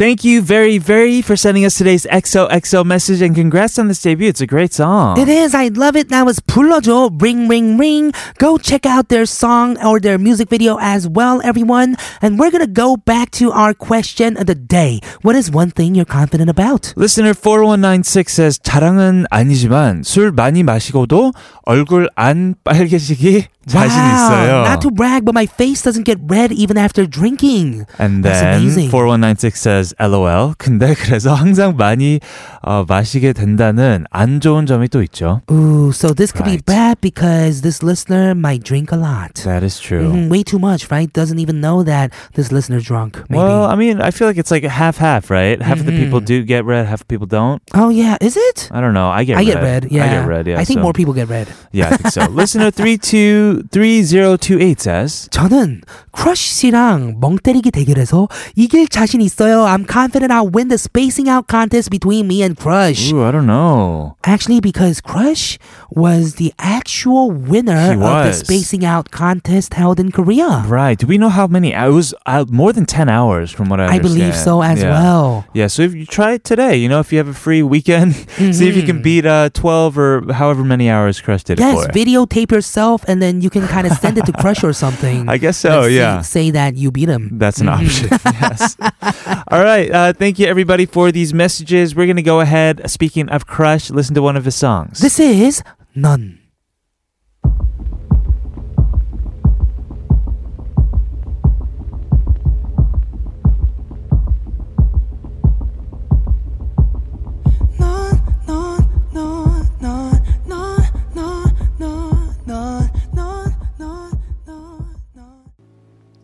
Speaker 1: Thank you very, very for sending us today's XOXO message and congrats on this debut. It's a great song.
Speaker 2: It is. I love it. That was 불러줘. Ring, ring, ring. Go check out their song or their music video as well, everyone. And we're gonna go back to our question of the day. What is one thing you're confident about?
Speaker 1: Listener 4196 says 자랑은 아니지만 술 많이 마시고도 얼굴 안 빨개지기 자신 있어요.
Speaker 2: Not to brag, but my face doesn't get red even after drinking.
Speaker 1: And
Speaker 2: That's
Speaker 1: then
Speaker 2: amazing.
Speaker 1: 4196 says LOL. 근데 그래서 항상 많이 어, 마시게 된다는 안 좋은 점이 또 있죠.
Speaker 2: Ooh, so this could be bad because this listener might drink a lot.
Speaker 1: That is true.
Speaker 2: Mhm, way too much, right? Doesn't even know that this listener drunk. Mm-hmm. Maybe. Mm-hmm.
Speaker 1: Well, I mean, I feel like it's like half half, right? Half of the people do get red, half of people don't.
Speaker 2: oh yeah, is it?
Speaker 1: I don't know. I get
Speaker 2: I
Speaker 1: red.
Speaker 2: get red. Yeah,
Speaker 1: I get red. Yeah.
Speaker 2: I think
Speaker 1: so-
Speaker 2: more people get red.
Speaker 1: Yeah, I think so. Listener 323028 says
Speaker 2: 저는 크러쉬랑 멍 때리기 대결에서 이길 자신 있어요. I'm confident I'll win the spacing out contest between me and Crush.
Speaker 1: Ooh, I don't know.
Speaker 2: Actually, because Crush was the actual winner
Speaker 1: He
Speaker 2: of the
Speaker 1: was.
Speaker 2: spacing out contest held in Korea.
Speaker 1: Right. Do we know how many? I was uh, more than 10 hours from what I
Speaker 2: I believe
Speaker 1: understand.
Speaker 2: so as
Speaker 1: yeah.
Speaker 2: well.
Speaker 1: Yeah. So if you try it today, you know, if you have a free weekend, see if you can beat uh, 12 or however many hours Crush did
Speaker 2: Mm-hmm. Yes,
Speaker 1: it for.
Speaker 2: videotape yourself and then you can kind of send it to Crush or something.
Speaker 1: I guess so,
Speaker 2: and say-
Speaker 1: yeah.
Speaker 2: Say that you beat him.
Speaker 1: That's an option. yes. All right. Uh, thank you, everybody, for these messages. We're going to go ahead. Speaking of Crush, listen to one of his songs.
Speaker 2: This is none.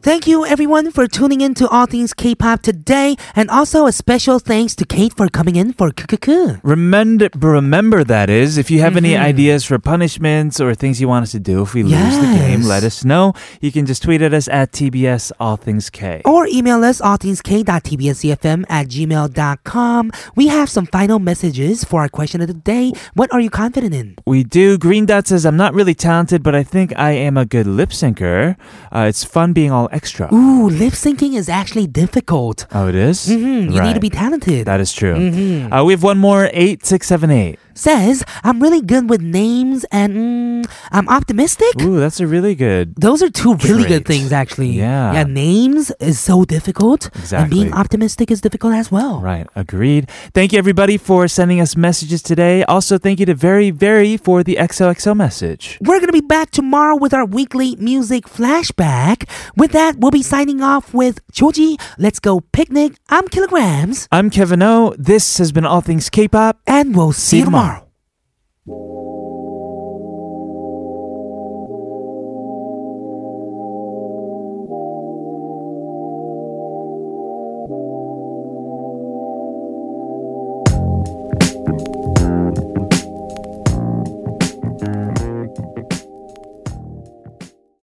Speaker 2: Thank you everyone for tuning in to All Things K-pop today and also a special thanks to Kate for coming in for Kukuku.
Speaker 1: Remember, remember that is. If you have any
Speaker 2: Mm-hmm.
Speaker 1: ideas for punishments or things you want us to do if we lose the game,
Speaker 2: Yes.
Speaker 1: let us know. You can just tweet at us at TBS All Things K.
Speaker 2: Or email us allthingsk.tbscfm at gmail.com. We have some final messages for our question of the day. What are you confident in?
Speaker 1: We do. Green Dot says, I'm not really talented, but I think I am a good lip syncer. Uh, it's fun being all extra.
Speaker 2: Ooh, lip syncing is actually difficult.
Speaker 1: Oh, it is?
Speaker 2: Mhm, you need to
Speaker 1: Right.
Speaker 2: be talented.
Speaker 1: That is true.
Speaker 2: Mhm.
Speaker 1: Uh, we have one more 8678.
Speaker 2: Says, I'm really good with names and mm, I'm optimistic.
Speaker 1: Ooh, that's a really good.
Speaker 2: Those are two really good
Speaker 1: trait.
Speaker 2: things, actually.
Speaker 1: Yeah.
Speaker 2: Yeah, names is so difficult. And being
Speaker 1: Exactly.
Speaker 2: optimistic is difficult as well.
Speaker 1: Right, agreed. Thank you, everybody, for sending us messages today. Also, thank you to Very, Very for the XOXO message.
Speaker 2: We're going to be back tomorrow with our weekly music flashback. With that, we'll be signing off with Choji. Let's go picnic. I'm Kilograms.
Speaker 1: I'm Kevin O. This has been All Things K pop.
Speaker 2: And we'll see, you tomorrow.